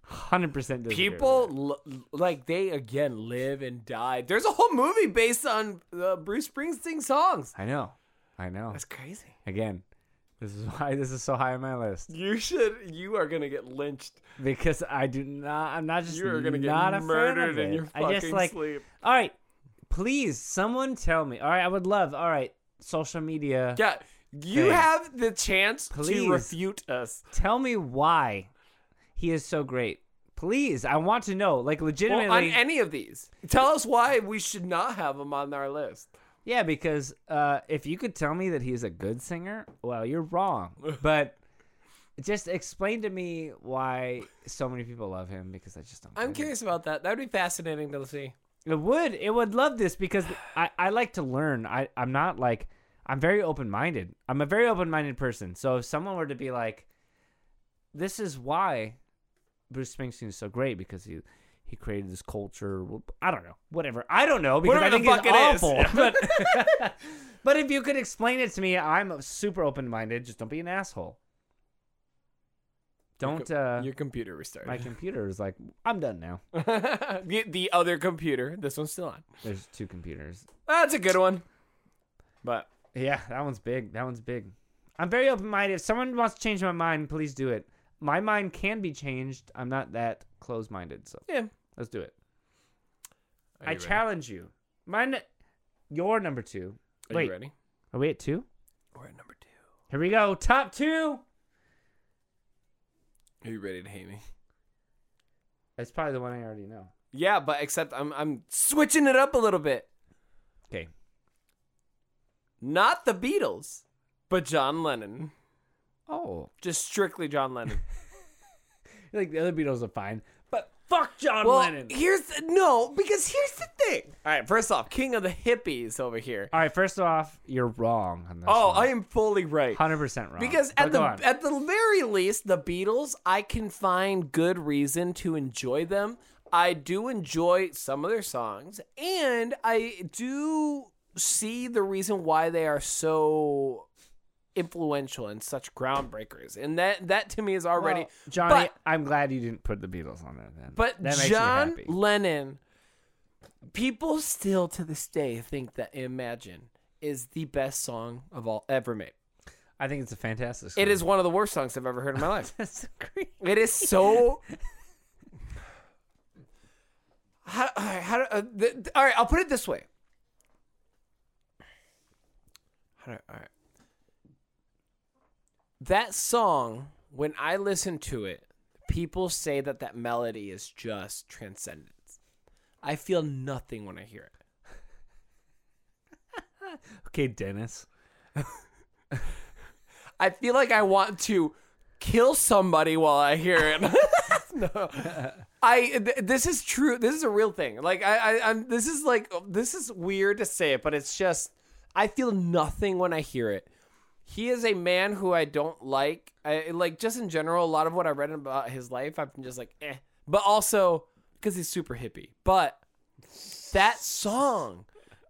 A: hundred percent.
B: People l- like they again live and die. There's a whole movie based on uh, Bruce Springsteen songs.
A: I know, I know.
B: That's crazy.
A: Again, this is why this is so high on my list
B: You should. You are gonna get lynched.
A: because I do not. I'm not just
B: You are gonna get
A: not a fan
B: murdered
A: of
B: in
A: it.
B: your
A: I
B: fucking
A: just like
B: sleep.
A: all right. Please, someone tell me. All right, I would love. All right, social media.
B: Yeah, you
A: thing.
B: have the chance
A: Please.
B: to refute us.
A: tell me why he is so great. Please, I want to know. Like
B: Well,
A: legitimately,
B: on any of these, tell us why we should not have him on our list.
A: yeah. Because uh, if you could tell me that he's a good singer, well, you're wrong. But just explain to me why so many people love him because I just don't.
B: I'm
A: get it.
B: curious about that. That would be fascinating to see.
A: It would. It would love this because I, I like to learn. I, I'm not like I'm very open minded. I'm a very open minded person. So if someone were to be like, This is why Bruce Springsteen is so great because he he created this culture. Well, I don't know, whatever. I don't know because
B: Whatever
A: I
B: the
A: think
B: fuck it
A: it's
B: is. (laughs)
A: awful. But (laughs) but if you could explain it to me, I'm super open minded. Just don't be an asshole. Don't uh,
B: Your computer
A: my
B: restarted.
A: computer is like I'm done now.
B: (laughs) the, the other computer. This one's still on.
A: There's two computers.
B: That's a good one. But
A: Yeah, that one's big. That one's big. I'm very open minded. If someone wants to change my mind, please do it. My mind can be changed. I'm not that closed minded. So
B: yeah,
A: let's do it.
B: Are
A: I
B: you ready?
A: challenge you. Mine, your number two.
B: Are
A: wait.
B: you ready?
A: Are we at two?
B: We're at number two.
A: Here we go. Top two.
B: Are you ready to hate me?
A: That's probably the one I already know.
B: Yeah, but except I'm I'm switching it up a little bit.
A: Okay.
B: Not the Beatles, but John Lennon.
A: Oh,
B: Just strictly John Lennon.
A: like the other Beatles are fine, but fuck John
B: well,
A: Lennon.
B: here's the, no, because here's the thing. All right, first off, King of the Hippies over here.
A: All right. First off, you're wrong on this.
B: Oh,
A: one.
B: I am fully right.
A: hundred percent wrong.
B: Because
A: But go
B: at the
A: on.
B: at the very least, the Beatles, I can find good reason to enjoy them. I do enjoy some of their songs, and I do see the reason why they are so influential and such groundbreakers. And that that to me is already
A: Well, Oh, Johnny,
B: but-
A: I'm glad you didn't put the Beatles on there then.
B: But
A: that makes
B: John
A: me happy.
B: Lennon, people still to this day think that Imagine is the best song of all ever made.
A: I think it's a fantastic. Song.
B: It (laughs) is one of the worst songs I've ever heard in my life.
A: That's great.
B: It is so. How, all right, how, do- uh, th- th- all right, I'll put it this way. How do, all right. That song, when I listen to it, people say that that melody is just transcendence. I feel nothing when I hear it.
A: Okay, Dennis.
B: I feel like I want to kill somebody while I hear it. (laughs) no, I. Th- this is true. This is a real thing. Like I, I, I'm. This is like this is weird to say it, but it's just I feel nothing when I hear it. He is a man who I don't like. I like just in general. A lot of what I read about his life, I'm just like eh. But also because he's super hippie. But that song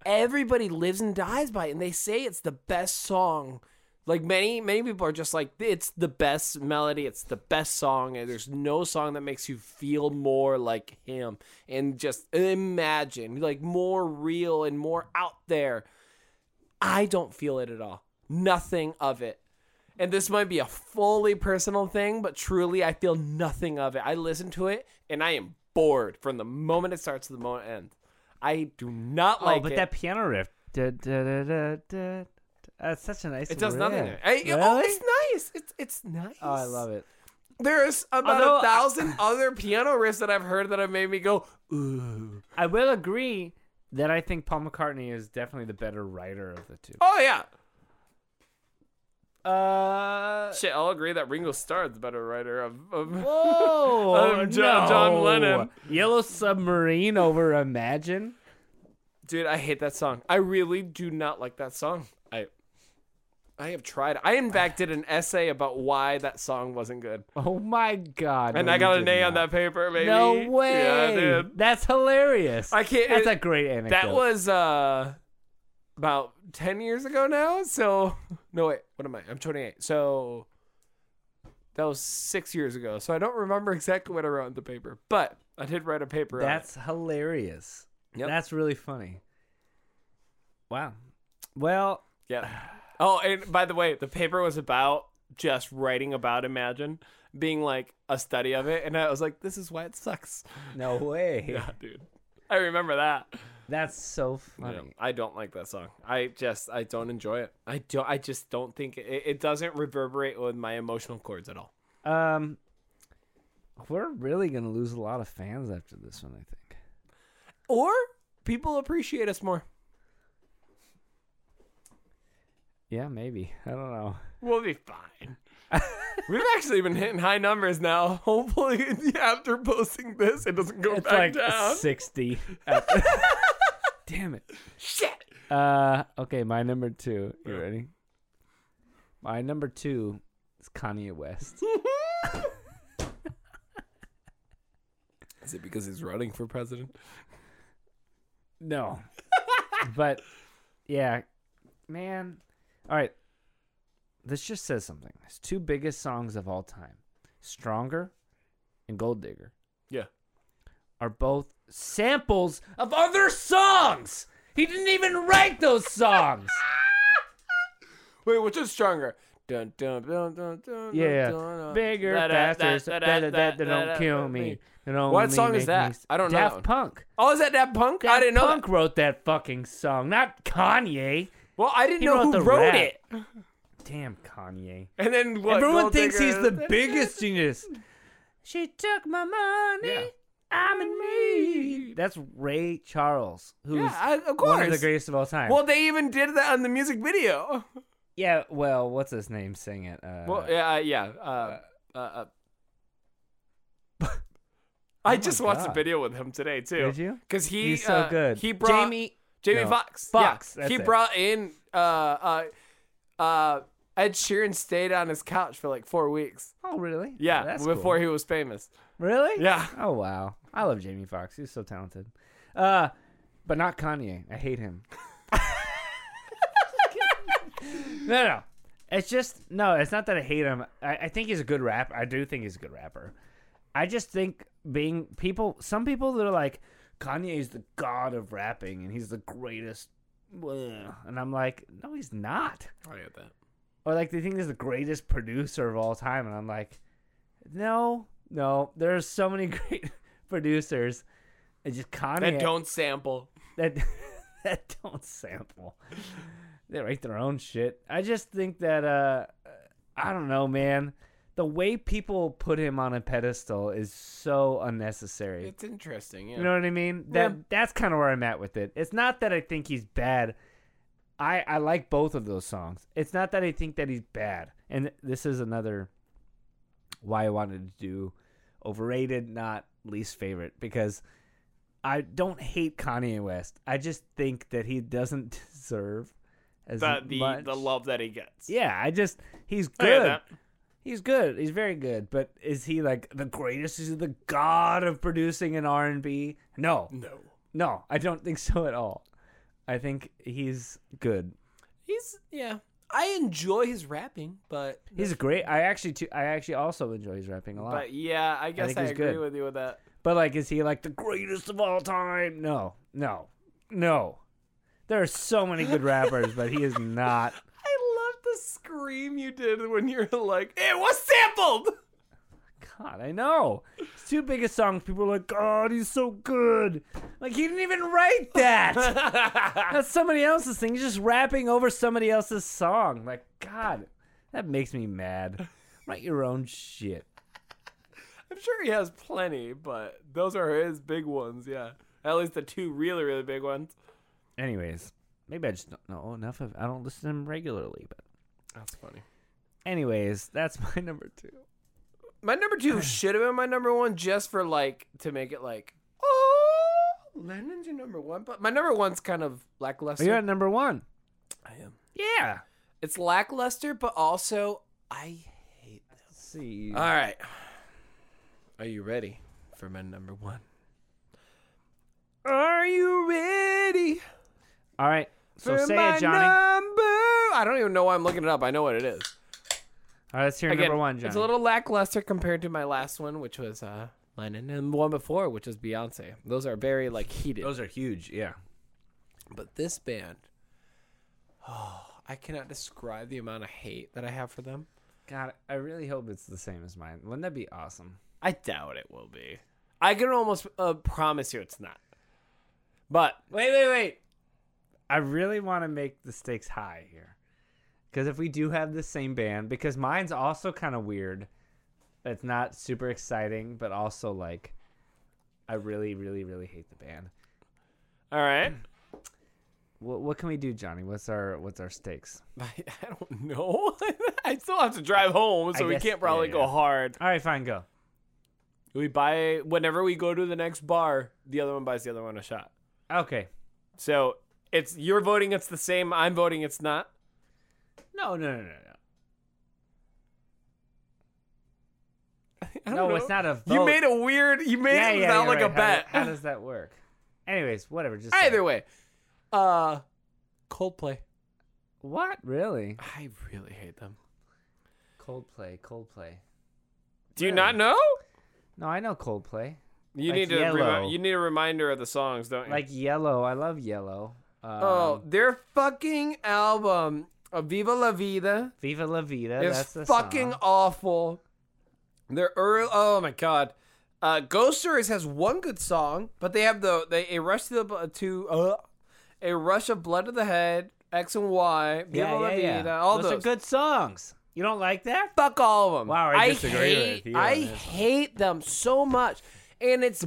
B: everybody lives and dies by it, and they say it's the best song like many many people are just like it's the best melody it's the best song and there's no song that makes you feel more like him and just imagine like more real and more out there i don't feel it at all nothing of it and this might be a fully personal thing but truly i feel nothing of it i listen to it and i am bored from the moment it starts to the moment it ends i do not like
A: oh, but
B: it
A: that piano riff. Da, da, da, da, da. That's such a nice.
B: it does
A: riff.
B: nothing. I, oh,
A: Really?
B: it's nice. It's it's nice.
A: Oh, I love it.
B: There's about
A: Although- uh, (laughs)
B: a thousand other piano riffs that I've heard that have made me go, ooh.
A: I will agree that I think Paul McCartney is definitely the better writer of the
B: (laughs)
A: two.
B: Oh yeah.
A: Uh,
B: Shit, I'll agree that Ringo Starr is the better writer of, of
A: oh,
B: Um, John- John Lennon.
A: Yellow Submarine over Imagine.
B: Dude, I hate that song. I really do not like that song. I I have tried. I in fact did an essay about why that song wasn't good.
A: Oh my God!
B: And
A: no,
B: I
A: you
B: got an
A: did
B: A on
A: not.
B: that paper, baby.
A: No way!
B: Yeah, I did.
A: That's hilarious.
B: I can't
A: That's
B: it-
A: a great anecdote.
B: That was uh about 10 years ago now. So no wait, what am I? I'm 28. So that was 6 years ago. So I don't remember exactly what I wrote in the paper, but I did write a paper on it.
A: That's hilarious.
B: Yep.
A: That's really funny. Wow. Well,
B: Yeah. Oh, and by the way, the paper was about just writing about Imagine, being like a study of it, and I was like, this is why it sucks. (laughs)
A: no way.
B: Yeah, dude. I remember that.
A: That's so
B: Yeah,
A: funny.
B: I don't like that song. I just I don't enjoy it. I don't. I just don't think it, it doesn't reverberate with my emotional chords at all.
A: Um we're really going to lose a lot of fans after this one, I think.
B: Or people appreciate us more.
A: Yeah, maybe. I don't know.
B: We'll be fine. (laughs) We've actually been hitting high numbers now. (laughs) Hopefully, after posting this, it doesn't go
A: It's like
B: back down. (laughs)
A: 60. (laughs) Damn it.
B: Shit.
A: Uh okay, my number 2. You ready? My number 2 is Kanye West.
B: (laughs) Is it because he's running for president? (laughs)
A: No. but yeah, man. All right. This just says something. His two biggest songs of all time, Stronger and Gold Digger,
B: Yeah.
A: are both samples of other songs. He didn't even write those
B: (laughs)
A: songs.
B: Wait, which is stronger? Dun dun dun dun dun.
A: Yeah.
B: dun, dun.
A: Bigger,
B: Da, da,
A: faster,
B: da,
A: so-
B: da,
A: da- da-
B: da,
A: da- they
B: da,
A: don't
B: da,
A: kill me. They don't
B: What
A: only
B: song is
A: make me
B: that?
A: s-
B: I don't know that one.
A: Daft Punk.
B: Oh, is that that punk? I
A: Daft
B: didn't know.
A: Punk
B: That.
A: wrote that fucking song, not Kanye.
B: Well, I didn't
A: He
B: know
A: wrote
B: who
A: the
B: wrote
A: rap.
B: it.
A: Damn Kanye.
B: And then what?
A: Everyone
B: Gold
A: thinks
B: Digger-
A: he's the biggest genius. She took my money.
B: Yeah.
A: I'm in need. That's Ray Charles, who's
B: Yeah, I, of course.
A: one of the greatest of all time.
B: Well, they even did that on the music video.
A: yeah. Well, what's his name? Sing it. Uh,
B: Well, yeah, uh, yeah. Uh, uh, uh, I just watched a
A: Oh God.
B: video with him today too.
A: Did you?
B: Because he
A: He's so
B: uh,
A: good.
B: He brought
A: Jamie.
B: Jamie
A: no,
B: Fox.
A: Foxx,
B: Yeah.
A: that's
B: He
A: it.
B: brought in uh, uh, uh, Ed Sheeran stayed on his couch for like four weeks.
A: Oh, really?
B: Yeah,
A: That's
B: before
A: cool.
B: he was famous.
A: Really?
B: Yeah.
A: (laughs) Oh wow. I love Jamie Foxx. He's so talented. Uh, but not Kanye. I hate him. (laughs) no, no. It's just no. It's not that I hate him. I, I think he's a good rapper. I do think he's a good rapper. I just think being people, some people that are like Kanye is the god of rapping and he's the greatest. blah," And I'm like, no, he's not.
B: I get that.
A: Or like they think he's the greatest producer of all time, and I'm like, no, no. There are so many (laughs) great producers. It's just Kanye
B: That don't sample.
A: that (laughs) that don't sample. They write their own shit. I just think that uh I don't know, man. The way people put him on a pedestal is so unnecessary.
B: It's interesting. Yeah.
A: You know what I mean? That
B: Yeah.
A: that's kind of where I'm at with it. It's not that I think he's bad. I I like both of those songs. It's not that I think that he's bad. And this is another why I wanted to do overrated, not least favorite, because I don't hate Kanye West. I just think that he doesn't (laughs) deserve as
B: the, the,
A: much.
B: the love that he gets.
A: Yeah, I just he's
B: I get
A: good.
B: that.
A: He's good. He's very good. But is he like the greatest? Is he the god of producing an R and B? No,
B: No.
A: no, I don't think so at all. I think he's good.
B: He's yeah. I enjoy his rapping, but
A: He's great. I actually, too, I actually also enjoy his rapping a lot.
B: but yeah, I guess
A: Uh, think
B: I,
A: he's
B: agree
A: good.
B: with you with that.
A: But like, is he like the greatest of all time? No, no, no. There are so many good rappers, but he is not.
B: I love the scream you did when you're like, "It was sampled." (laughs)
A: God, I know. His two biggest songs, people are like, God, he's so good. Like, he didn't even write
B: (laughs)
A: that. That's somebody else's thing. He's just rapping over somebody else's song. Like, God, that makes me mad. Write your own shit.
B: I'm sure he has plenty, but those are his big ones. Yeah, at least the two really, really big ones.
A: Anyways, maybe I just don't know enough of I don't listen to him regularly, but
B: That's funny.
A: anyways, that's (laughs) my number two. Oh,
B: My number (sighs) two should have been my number one, just for like to make it like, oh, Lennon's your number one, but my number one's kind of
A: Are
B: lackluster.
A: you at number one?
B: I am.
A: Yeah.
B: It's lackluster, but also I hate
A: Let's see.
B: All right. Are you ready for my number one? Are you ready
A: All right. So
B: for
A: say
B: my
A: it, Johnny.
B: number? I don't even know why I'm looking it up. I know what it is.
A: All right, let's hear
B: Again,
A: number one, Johnny.
B: It's a little lackluster compared to my last one, which was uh, Lennon, and the one before, which was Beyonce. Those are very like heated.
A: are huge. Yeah.
B: But this band, (sighs) oh, I cannot describe the amount of hate that I have for them.
A: God, I really hope it's the same as mine. Wouldn't that be awesome?
B: I doubt it will be. I can almost uh, promise you it's not. But
A: Wait, wait, wait. I really want to make the stakes high here. Because if we do have the same band, because mine's also kind of weird. It's not super exciting, but also like I really, really, really hate the band.
B: all right. (laughs)
A: What, what can we do, Johnny? What's our what's our stakes?
B: I, I don't know. (laughs) I still have to drive home, so we
A: guess-
B: can't probably
A: yeah,
B: go
A: yeah.
B: hard.
A: All right, fine, go.
B: We buy whenever we go to the next bar, the other one buys the other one a shot.
A: Okay.
B: So it's you're voting it's the same, I'm voting it's not. (laughs)
A: No, no, no, no, no.
B: I don't
A: No,
B: know.
A: it's not a vote.
B: You made a weird. You made
A: yeah,
B: it
A: yeah,
B: sound
A: you're
B: like a
A: right. How do-
B: bet.
A: How,
B: (laughs)
A: does that work? Anyways, whatever. Just say it.
B: Either way, uh, Coldplay.
A: What really?
B: I really hate them.
A: Coldplay. Coldplay.
B: Do you
A: Really?
B: not know?
A: No, I know Coldplay.
B: You
A: Like
B: need to remi-
A: Yellow.
B: you need a reminder of the songs, don't you?
A: Like Yellow. I love Yellow. Um,
B: oh, their fucking album, uh, "Viva la Vida,"
A: Viva La Vida.
B: is
A: that's the
B: fucking
A: song.
B: awful. Their early, oh my god, uh, Ghost Stories has one good song, but they have the they a rush to the bu- to uh, a rush of blood to the head, X and Y, Viva
A: Yeah,
B: la
A: yeah, yeah.
B: Vida, all
A: those,
B: those.
A: are good songs. You don't like that?
B: Fuck all of them.
A: Wow, I disagree with
B: hate,
A: you on
B: I
A: this one.
B: hate them so much, and it's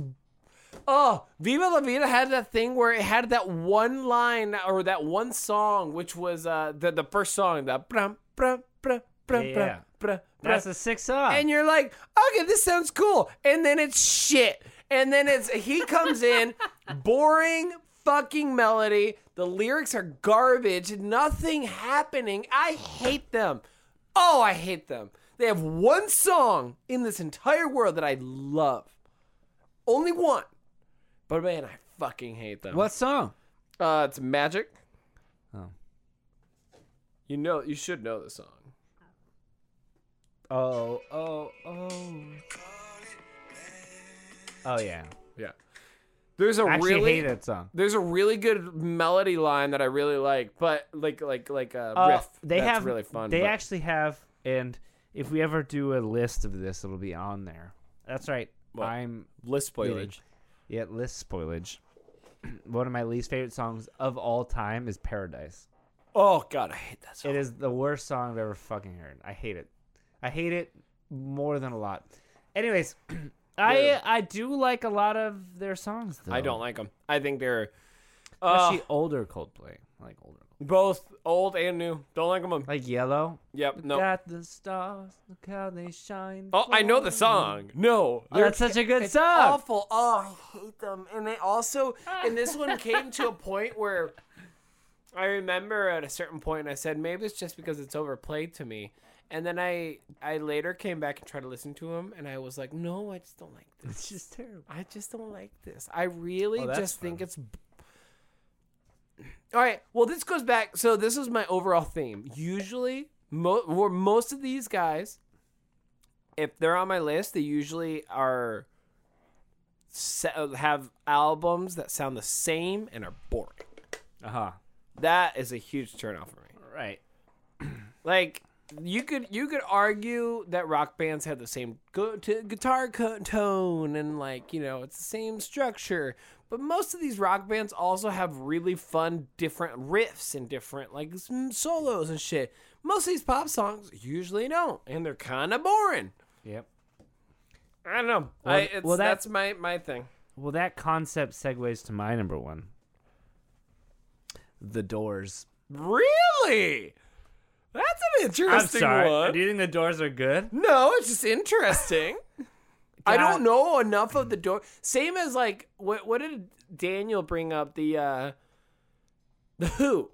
B: oh, Viva La Vida had that thing where it had that one line or that one song, which was uh the the first song that brum brum brum brum
A: Yeah, yeah.
B: brum brum. brum.
A: That's a sick song.
B: and you're like, okay, this sounds cool, and then it's shit, and then it's he
A: (laughs)
B: comes in, boring fucking melody. The lyrics are garbage. Nothing happening. I hate them. Oh, I hate them. They have one song in this entire world that I love. Only one. But man, I fucking hate them.
A: what song?
B: Uh, it's Magic.
A: Oh.
B: You know, you should know the song.
A: Oh, oh, oh. Oh yeah.
B: Yeah. There's a
A: I actually
B: really
A: hate that song.
B: there's a really good melody line that I really like, but like like like a
A: Uh,
B: riff.
A: They
B: that's
A: have
B: really fun.
A: They
B: but-
A: actually have, and if we ever do a list of this, it'll be on there. That's right.
B: What?
A: I'm
B: list spoilage.
A: yeah list spoilage. (clears throat) One of my least favorite songs of all time is Paradise.
B: Oh god, I hate that song.
A: It is the worst song I've ever fucking heard. I hate it. I hate it more than a lot. Anyways, (clears throat) I
B: Yeah.
A: I do like a lot of their songs. Though.
B: I don't like them. I think they're uh,
A: especially older Coldplay. I like older,
B: both old and new. Don't like them.
A: like Yellow.
B: Yep. No.
A: Got the stars. Look how they shine.
B: Oh, I know the
A: for me.
B: song. No,
A: Oh, that's such a good song.
B: awful. Oh, I hate them. And they also, and this one came to a point where I remember at a certain point I said maybe it's just because it's overplayed to me. And then I, I later came back and tried to listen to him, and I was like, no, I just don't like
A: (laughs)
B: this.
A: It's just terrible.
B: I just don't like this. I really
A: Oh, that's
B: just think it's. All right. Well, this goes back. So this is my overall theme. Usually, mo- or most of these guys, if they're on my list, they usually are se- have albums that sound the same and are boring.
A: Uh huh.
B: That is a huge turnoff for me.
A: Right.
B: Like you could you could argue that rock bands have the same gu- t- guitar co- tone and like you know it's the same structure, but most of these rock bands also have really fun different riffs and different like s- solos and shit. Most of these pop songs usually don't, and they're kind of boring.
A: Yep.
B: I don't know. I,
A: Well-
B: it's,
A: well, that-
B: that's my my thing.
A: Well, that concept segues to my number one. The Doors.
B: Really, that's an interesting one.
A: Do you think the Doors are good?
B: No, it's
A: (laughs)
B: just interesting. I don't know enough of the door. Same as like what what did Daniel bring up the uh the Who?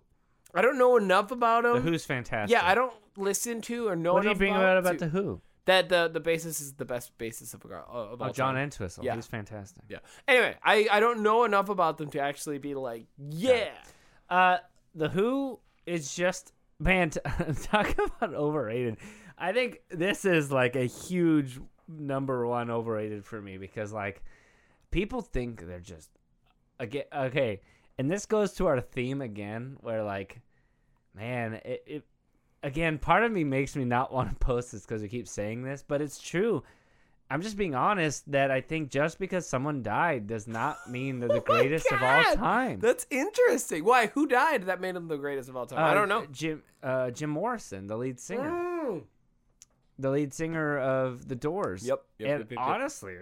B: I don't know enough about
A: The
B: him.
A: Who's fantastic.
B: yeah, I don't listen to or know
A: What do you
B: enough
A: bring
B: about,
A: out about
B: to-
A: the Who?
B: that the the basis is the best basis of a girl of
A: Oh,
B: all
A: John
B: time.
A: Entwistle.
B: Yeah.
A: He's fantastic.
B: Yeah. Anyway, I I don't know enough about them to actually be like yeah.
A: Uh, the Who is just man. T- (laughs) talk about overrated. I think this is like a huge number one overrated for me because like people think they're just again okay, and this goes to our theme again where like man it. it Again, part of me makes me not want to post this because we keep saying this, but it's true. I'm just being honest that I think just because someone died does not mean they're the
B: (laughs) Oh my
A: greatest of all
B: God!
A: time.
B: That's interesting. Why? Who died that made him the greatest of all time? I
A: Uh,
B: don't know.
A: Jim uh, Jim Morrison, the lead singer,
B: Mm.
A: the lead singer of The Doors.
B: Yep, yep,
A: and
B: yep, yep, yep.
A: honestly,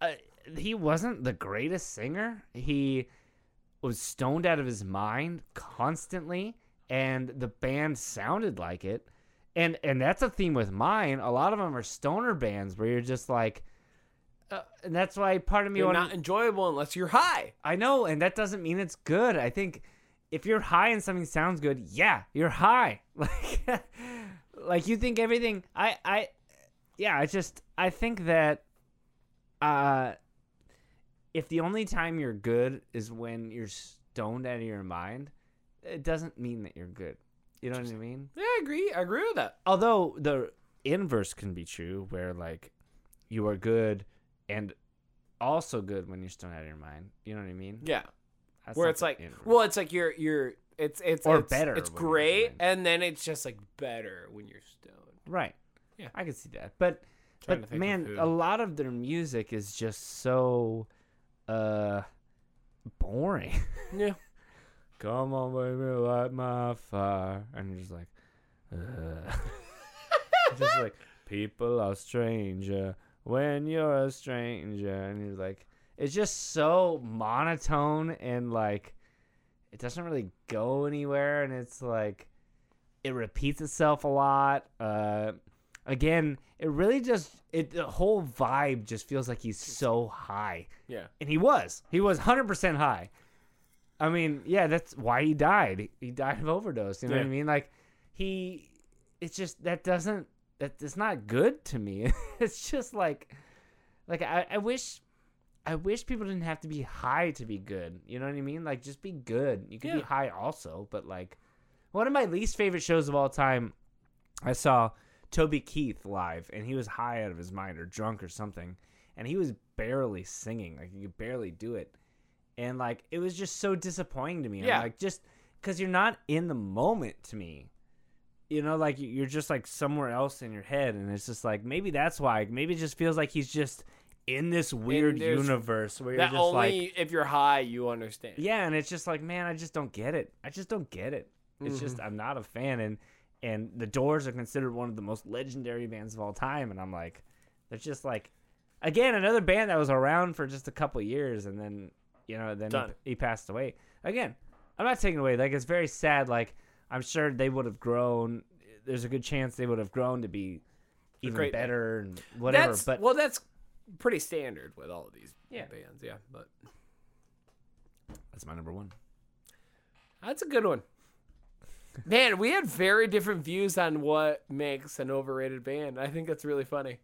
A: Uh, he wasn't the greatest singer. He was stoned out of his mind constantly, and the band sounded like it. And and that's a theme with mine. A lot of them are stoner bands where you're just like, uh, and that's why part of me
B: You're
A: wanted-
B: not enjoyable unless you're high.
A: I know, and that doesn't mean it's good. I think if you're high and something sounds good, (laughs) yeah, you're high. Like, like you think everything. I, I, yeah, I just I think that uh if the only time you're good is when you're stoned out of your mind, it doesn't mean that you're good. You know what I mean?
B: Yeah, I agree. I agree with that.
A: Although the inverse can be true where like you are good and also good when you're stoned out of your mind. You know what I mean?
B: Yeah.
A: That's
B: Where
A: not
B: it's
A: the
B: like,
A: inverse.
B: well, it's like you're you're it's it's
A: Or
B: it's,
A: better
B: It's
A: when you're
B: great,
A: stoned.
B: and then it's just like better when you're stoned.
A: Right.
B: Yeah.
A: I could see that. But
B: Trying to
A: but
B: think of
A: man,
B: who.
A: a lot of their music is just so uh boring.
B: Yeah.
A: Come on, baby, light my fire. And you're just like uh (laughs) just like people are stranger when you're a stranger and you're like it's just so monotone and like it doesn't really go anywhere and it's like it repeats itself a lot uh again it really just it the whole vibe just feels like he's so high
B: Yeah.
A: and he was he was 100% high i mean yeah that's why he died he died of overdose you know what i
B: Yeah.
A: mean like he it's just that doesn't that it's not good to me (laughs) it's just like like I, I wish i wish people didn't have to be high to be good you know what i mean like just be good you could be
B: Yeah.
A: high also but like one of my least favorite shows of all time i saw toby keith live and he was high out of his mind or drunk or something and he was barely singing like he could barely do it and like it was just so disappointing to me I'm
B: Yeah.
A: like just because you're not in the moment to me you know like you- you're just like somewhere else in your head and it's just like maybe that's why maybe it just feels like he's just in this weird
B: there's-
A: universe where you're
B: That
A: just
B: only
A: like
B: if you're high, you understand.
A: yeah and it's just like man i just don't get it i just don't get it it's
B: Mm-hmm.
A: just i'm not a fan and and the doors are considered one of the most legendary bands of all time and i'm like they're just like again another band that was around for just a couple years and then you know then
B: Done.
A: he, he passed away again i'm not taking away like it's very sad like i'm sure they would have grown there's a good chance they would have grown to be even
B: great band.
A: better and whatever
B: That's,
A: but
B: well, that's pretty standard with all of these
A: Yeah.
B: bands. Yeah, but
A: that's my number one
B: that's a good one. Man, we had very different views on what makes an overrated band. I think that's really funny.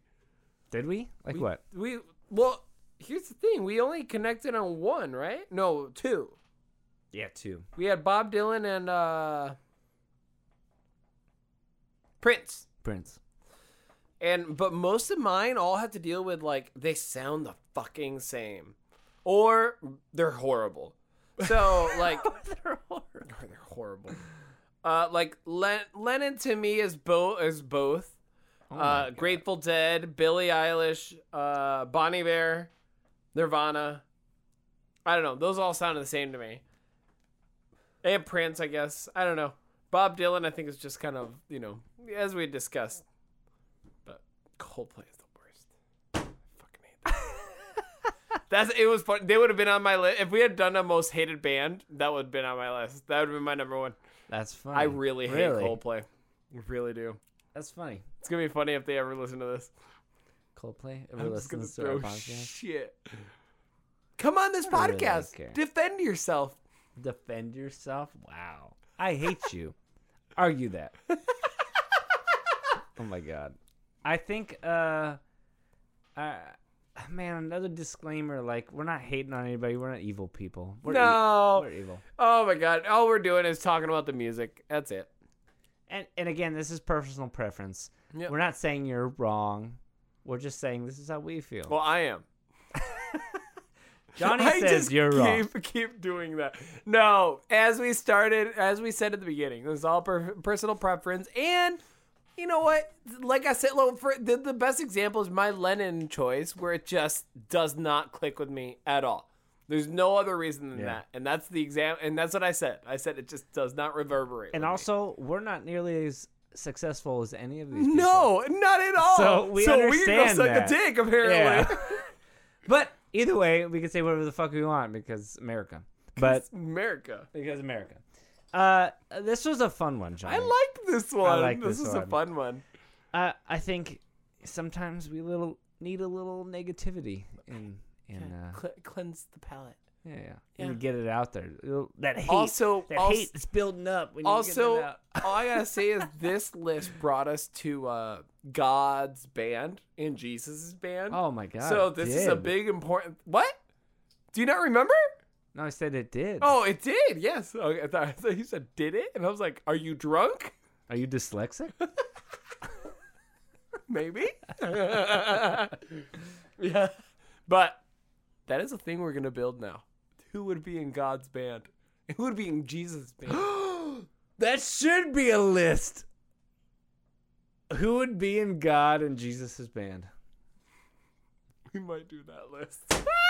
A: did we like
B: We-
A: what
B: We well, here's the thing: we only connected on one, right? No, two.
A: yeah two
B: We had Bob Dylan and uh, Prince.
A: prince
B: And but most of mine all have to deal with like they sound the fucking same, or they're horrible.
A: (laughs)
B: So like
A: they're horrible
B: or they're horrible. Uh, like Len- Lennon to me is both is both.
A: Oh
B: uh, Grateful Dead, Billie Eilish, uh, Bonnie Bear, Nirvana. I don't know. Those all sound the same to me. And Prince, I guess. I don't know. Bob Dylan, I think is just kind of you know as we discussed. But Coldplay is the worst. I fucking hate them. That's it was fun. They would have been on my list if we had done a most hated band. That would have been on my list. That would have been my number one.
A: that's fine
B: I really hate
A: Hmm. Really?
B: Coldplay. I really do.
A: That's funny.
B: It's gonna be funny if they ever listen to this.
A: Coldplay ever
B: I'm just gonna
A: listens to our
B: throw
A: podcast?
B: shit. Come on, this
A: I really don't
B: podcast.
A: care.
B: Defend yourself.
A: Defend yourself. Wow. I hate
B: (laughs)
A: you. Argue that. oh my god. I think uh I man, another disclaimer like we're not hating on anybody. We're not evil people. We're e-
B: no.
A: we're evil.
B: oh my god. All we're doing is talking about the music. That's it.
A: And and again, this is personal preference.
B: Yep.
A: We're not saying you're wrong. We're just saying this is how we feel.
B: Well, I am.
A: Johnny
B: (laughs) I
A: says
B: just
A: you're
B: keep,
A: wrong.
B: Keep doing that. No, as we started, as we said at the beginning, this is all per- personal preference, and you know what? Like I said, well, for, the, the best example is my Lennon choice, where it just does not click with me at all. There's no other reason than
A: Yeah.
B: that, and that's the exam, and that's what I said. I said it just does not reverberate.
A: And
B: with me.
A: also, we're not nearly as successful as any of these people.
B: no, not at all.
A: So we
B: weird
A: understand
B: suck
A: that.
B: a dick, apparently.
A: Yeah. But either way, we can say whatever the fuck we want because America. But
B: (laughs) (laughs) It's America.
A: because America. Uh, this was a fun one, John.
B: I liked this one.
A: like
B: this,
A: this
B: was a
A: one.
B: fun one.
A: Uh, I think sometimes we little need a little negativity in in uh,
B: Cle- cleanse the palate.
A: Yeah, yeah.
B: Yeah.
A: And get it out there. It'll- That hate,
B: Also,
A: that
B: also,
A: hate that's building up. We need to get that
B: also
A: out.
B: all I gotta say is this list brought us to uh, God's band and Jesus' band.
A: oh my god.
B: so
A: it
B: this is a
A: did.
B: big important. What? Do you not remember?
A: No, I said it did.
B: Oh, it did. Yes. Okay, I thought, I thought you said did it, and I was like, "Are you drunk? (laughs)
A: Are you dyslexic?
B: Maybe." (laughs) yeah. But that is a thing we're gonna build now. Who would be in God's band? Who would be in Jesus' band? (gasps)
A: (gasps) that should be a list. Who would be in God and Jesus' band?
B: we might do that list.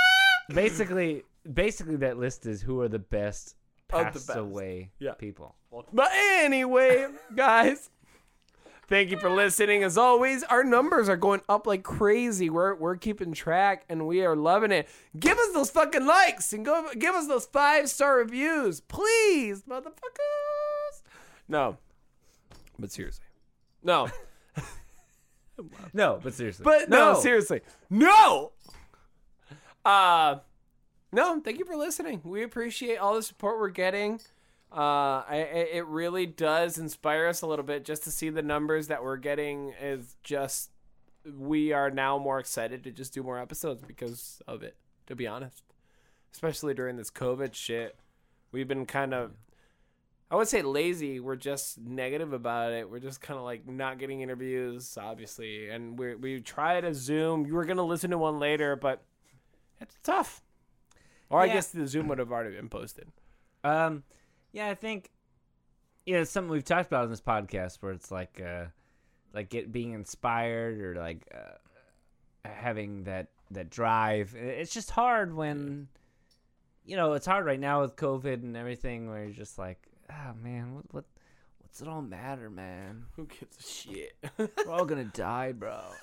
B: (laughs)
A: Basically, basically that list is who are the best
B: Of the
A: passed
B: best.
A: away
B: Yeah.
A: people.
B: But anyway, guys, thank you for listening. As always, our numbers are going up like crazy. We're we're keeping track and we are loving it. Give us those fucking likes and go give us those five star reviews, please, motherfuckers. No, but seriously, no,
A: No, but seriously.
B: but no, seriously, no. Uh, no. Thank you for listening. We appreciate all the support we're getting. Uh, I, I- it really does inspire us a little bit just to see the numbers that we're getting. Is just we are now more excited to just do more episodes because of it. To be honest, especially during this COVID shit, we've been kind of. I would say lazy. We're just negative about it. We're just kind of like not getting interviews, obviously. And we we tried a Zoom. You were gonna listen to one later, but it's tough. Or I
A: Yeah.
B: guess the Zoom would have already been posted.
A: Um, yeah, I think yeah, it's something we've talked about on this podcast where it's like uh, like get being inspired or like uh, having that that drive. I- It's just hard when you know it's hard right now with COVID and everything where you're just like, oh man, what what what's it all matter, man?
B: Who gives a shit? (laughs)
A: We're all gonna die, bro. (laughs)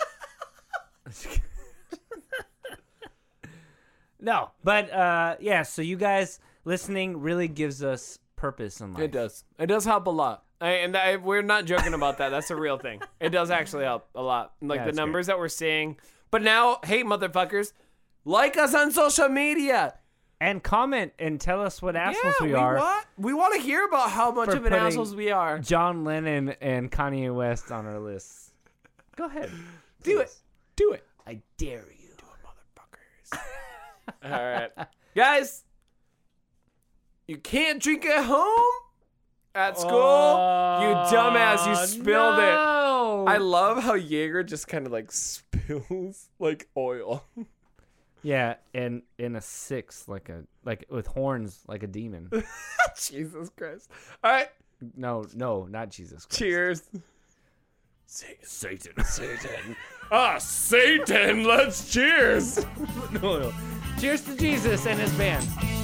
A: no, but uh, yeah. So you guys listening really gives us purpose in life.
B: it does. It does help a lot. I, and I, we're not joking about that. That's a real thing. It does actually help a lot. Like
A: Yeah,
B: the
A: it's great.
B: numbers that we're seeing. But now, hey, motherfuckers, like us on social media.
A: and comment and tell us what assholes
B: yeah,
A: we, are.
B: want we want to hear about how much
A: For
B: of an
A: putting-
B: assholes we are.
A: John Lennon and Kanye West on our lists. Go ahead,
B: Do it. Do it.
A: I dare you.
B: motherfuckers. All right. Guys, you can't drink at home, at school. you dumbass, you spilled it.
A: Oh, no.
B: I love how Jaeger just kind of like spills like oil. (laughs)
A: Yeah, and in a six, like a like with horns, like a demon. (laughs)
B: (laughs) Jesus Christ. All right.
A: no, no, not Jesus. Christ.
B: Cheers. Satan,
A: (laughs)
B: Satan. ah, Satan, let's cheers.
A: Cheers to Jesus and his band.